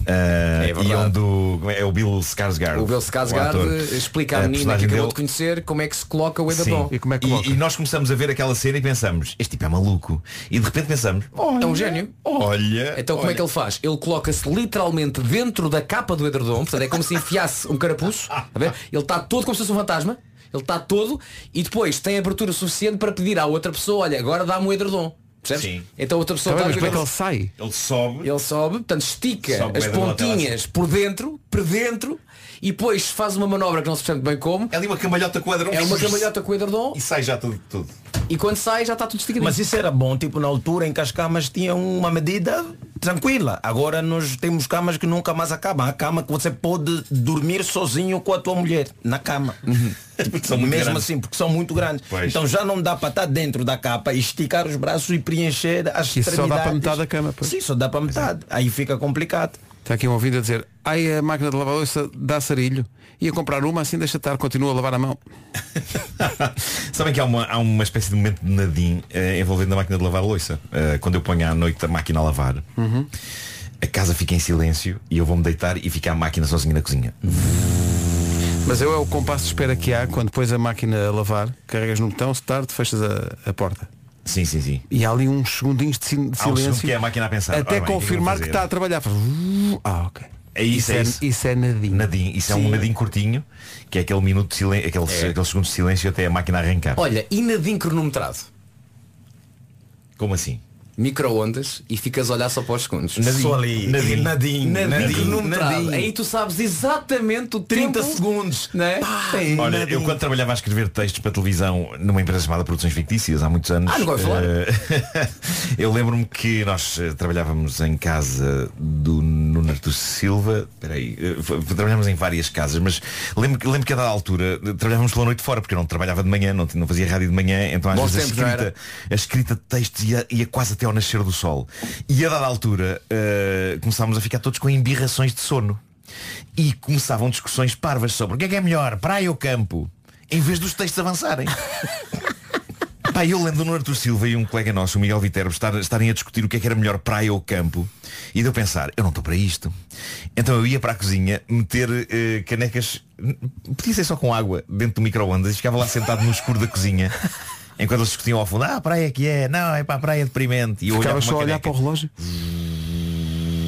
Speaker 4: Ah, e onde o, como é é o Bill Skarsgård.
Speaker 5: É O Bill Skarsgård
Speaker 4: ator.
Speaker 5: explica
Speaker 4: A
Speaker 5: à menina que
Speaker 4: personagem
Speaker 5: acabou
Speaker 4: dele-
Speaker 5: de conhecer como é que se coloca o edredom.
Speaker 4: Sim. E, é e nós começamos a ver aquela cena e pensamos, este tipo é maluco. E de repente pensamos, "Oh,
Speaker 5: é um gênio.
Speaker 4: Olha.
Speaker 5: Então como é que ele faz? Ele coloca-se literalmente dentro da capa do edredom, portanto é como se enfiasse um carapuço. tá a ver? Ele está todo como se fosse um fantasma. Ele está todo e depois tem abertura suficiente para pedir à outra pessoa, olha, agora dá-me o edredom. Percebes? Então a outra pessoa
Speaker 1: Tá bem,
Speaker 5: dá-lhe
Speaker 1: mas
Speaker 5: o
Speaker 1: como é que ele
Speaker 4: Ele sobe.
Speaker 5: Ele sobe, portanto estica
Speaker 1: Sobe o
Speaker 5: as
Speaker 1: edredom até lá
Speaker 5: pontinhas por dentro, por dentro, e depois faz uma manobra que não se percebe bem como.
Speaker 4: É ali uma camalhota com o edredom.
Speaker 5: É uma camalhota com o edredom.
Speaker 4: E sai já tudo. tudo.
Speaker 5: E quando sai já está tudo esticadinho.
Speaker 13: Mas isso era bom, tipo na altura em que as camas tinham uma medida tranquila. Agora nós temos camas que nunca mais acabam. A cama que você pode dormir sozinho com a tua mulher, na cama.
Speaker 1: Uhum.
Speaker 4: são muito
Speaker 13: Mesmo
Speaker 4: grandes.
Speaker 13: assim, porque são muito grandes.
Speaker 4: Pois.
Speaker 13: Então já não dá para estar dentro da capa, esticar os braços e preencher as
Speaker 1: Isso só dá para
Speaker 13: extremidades.
Speaker 1: metade da cama, pois. é.
Speaker 13: Sim, só dá para metade. Aí fica complicado.
Speaker 1: Está aqui um ouvido a dizer, ai, a máquina de lavar louça dá sarilho. Ia comprar uma, assim deixa estar, continua a lavar a mão.
Speaker 4: Sabem que há uma, há uma espécie de momento de nadim eh, envolvendo a máquina de lavar a louça. Eh, quando eu ponho à noite a máquina a lavar,
Speaker 1: Uhum.
Speaker 4: a casa fica em silêncio e eu vou-me deitar e fica a máquina sozinha na cozinha.
Speaker 1: Mas eu é o compasso de espera que há quando pões a máquina a lavar, carregas no botão, start, fechas a, a porta.
Speaker 4: Sim, sim, sim.
Speaker 1: E há ali uns segundinhos de, sil- de
Speaker 4: Há um
Speaker 1: silêncio.
Speaker 4: segundo que é a máquina a pensar.
Speaker 1: Até
Speaker 4: "Ora bem, o que é que eu vou
Speaker 1: confirmar que,
Speaker 4: fazer?"
Speaker 1: está a trabalhar. Faz, Ah, ok.
Speaker 4: É isso, é isso.
Speaker 1: Isso é nadinho.
Speaker 4: Nadinho, isso é
Speaker 1: Sim.
Speaker 4: um nadinho curtinho, que é aquele minuto de silêncio, aquele,
Speaker 5: É.
Speaker 4: aquele segundo de silêncio até a máquina arrancar.
Speaker 5: Olha, e nadinho cronometrado?
Speaker 4: Como assim?
Speaker 5: Microondas e ficas a olhar só para os segundos.
Speaker 4: Nadinho.
Speaker 5: Só
Speaker 4: Nadinho.
Speaker 5: Nadinho.
Speaker 4: Nadinho.
Speaker 5: Nadinho.
Speaker 4: Nadinho.
Speaker 5: cronometrado. Aí tu sabes exatamente o 30 segundos. Né? Tem
Speaker 4: Olha,
Speaker 5: nadinho.
Speaker 4: eu quando trabalhava a escrever textos para televisão numa empresa chamada Produções Fictícias há muitos anos.
Speaker 5: Ah, não gosto de falar.
Speaker 4: eh, eu lembro-me que nós eh, trabalhávamos em casa do Nuno Artur Silva. Peraí, eh, f- trabalhávamos em várias casas, mas lembro, que- lembro que a dada altura eh, trabalhávamos pela noite fora, porque eu não trabalhava de manhã, não, não fazia rádio de manhã, então às
Speaker 5: Bons
Speaker 4: vezes
Speaker 5: tempos,
Speaker 4: a
Speaker 5: não
Speaker 4: escrita, a escrita de textos ia, ia quase até ao nascer do sol. E a dada altura eh, começámos a ficar todos com embirrações de sono. E começavam discussões parvas sobre o que é que é melhor, praia ou campo, em vez dos textos avançarem. Pá, eu lembro do Artur Silva e um colega nosso, o Miguel Viterbo, estar- estarem a discutir o que é que era melhor praia ou campo e de eu pensar, eu não estou para isto. Então eu ia para a cozinha meter eh, canecas, podia ser só com água, dentro do micro-ondas e ficava lá sentado no escuro da cozinha. Enquanto eles discutiam ao fundo, ah, a praia que é, não, é para a praia deprimente. E eu
Speaker 1: Ficava
Speaker 4: olhava
Speaker 1: só a
Speaker 4: uma
Speaker 1: olhar
Speaker 4: caneca.
Speaker 1: para o relógio.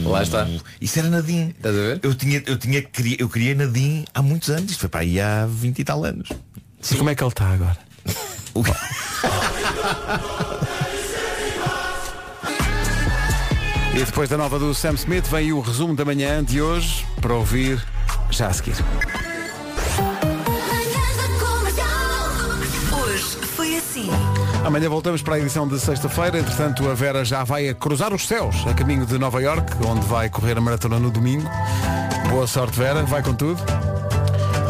Speaker 4: Lá está. Isso era Nadim. Estás a ver? Eu, tinha, eu, tinha, cri- eu criei Nadim há muitos anos. Isto foi para aí há 20 e tal anos.
Speaker 1: E como é que ele está agora?
Speaker 4: O-
Speaker 1: E depois da nova do Sam Smith vem o resumo da manhã de hoje para ouvir já a seguir.
Speaker 6: Hoje foi assim.
Speaker 1: Amanhã voltamos para a edição de sexta-feira. Entretanto, a Vera já vai a cruzar os céus a caminho de Nova York, onde vai correr a maratona no domingo. Boa sorte, Vera. Vai com tudo.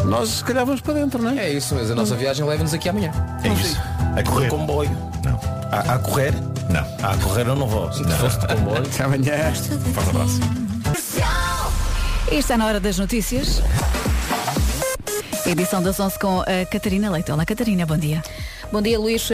Speaker 1: Nós se calhar vamos para dentro, não é?
Speaker 5: É isso mesmo. A nossa viagem leva-nos aqui amanhã.
Speaker 4: É isso. A correr.
Speaker 13: comboio.
Speaker 4: Não.
Speaker 13: A, a correr?
Speaker 4: Não.
Speaker 13: A correr eu não vou. Se fosse de comboio.
Speaker 1: Até amanhã.
Speaker 4: Forte abraço.
Speaker 17: E está é na hora das notícias. Edição das 11 com a Catarina Leite. Olá, Catarina, bom dia.
Speaker 18: Bom dia, Luís.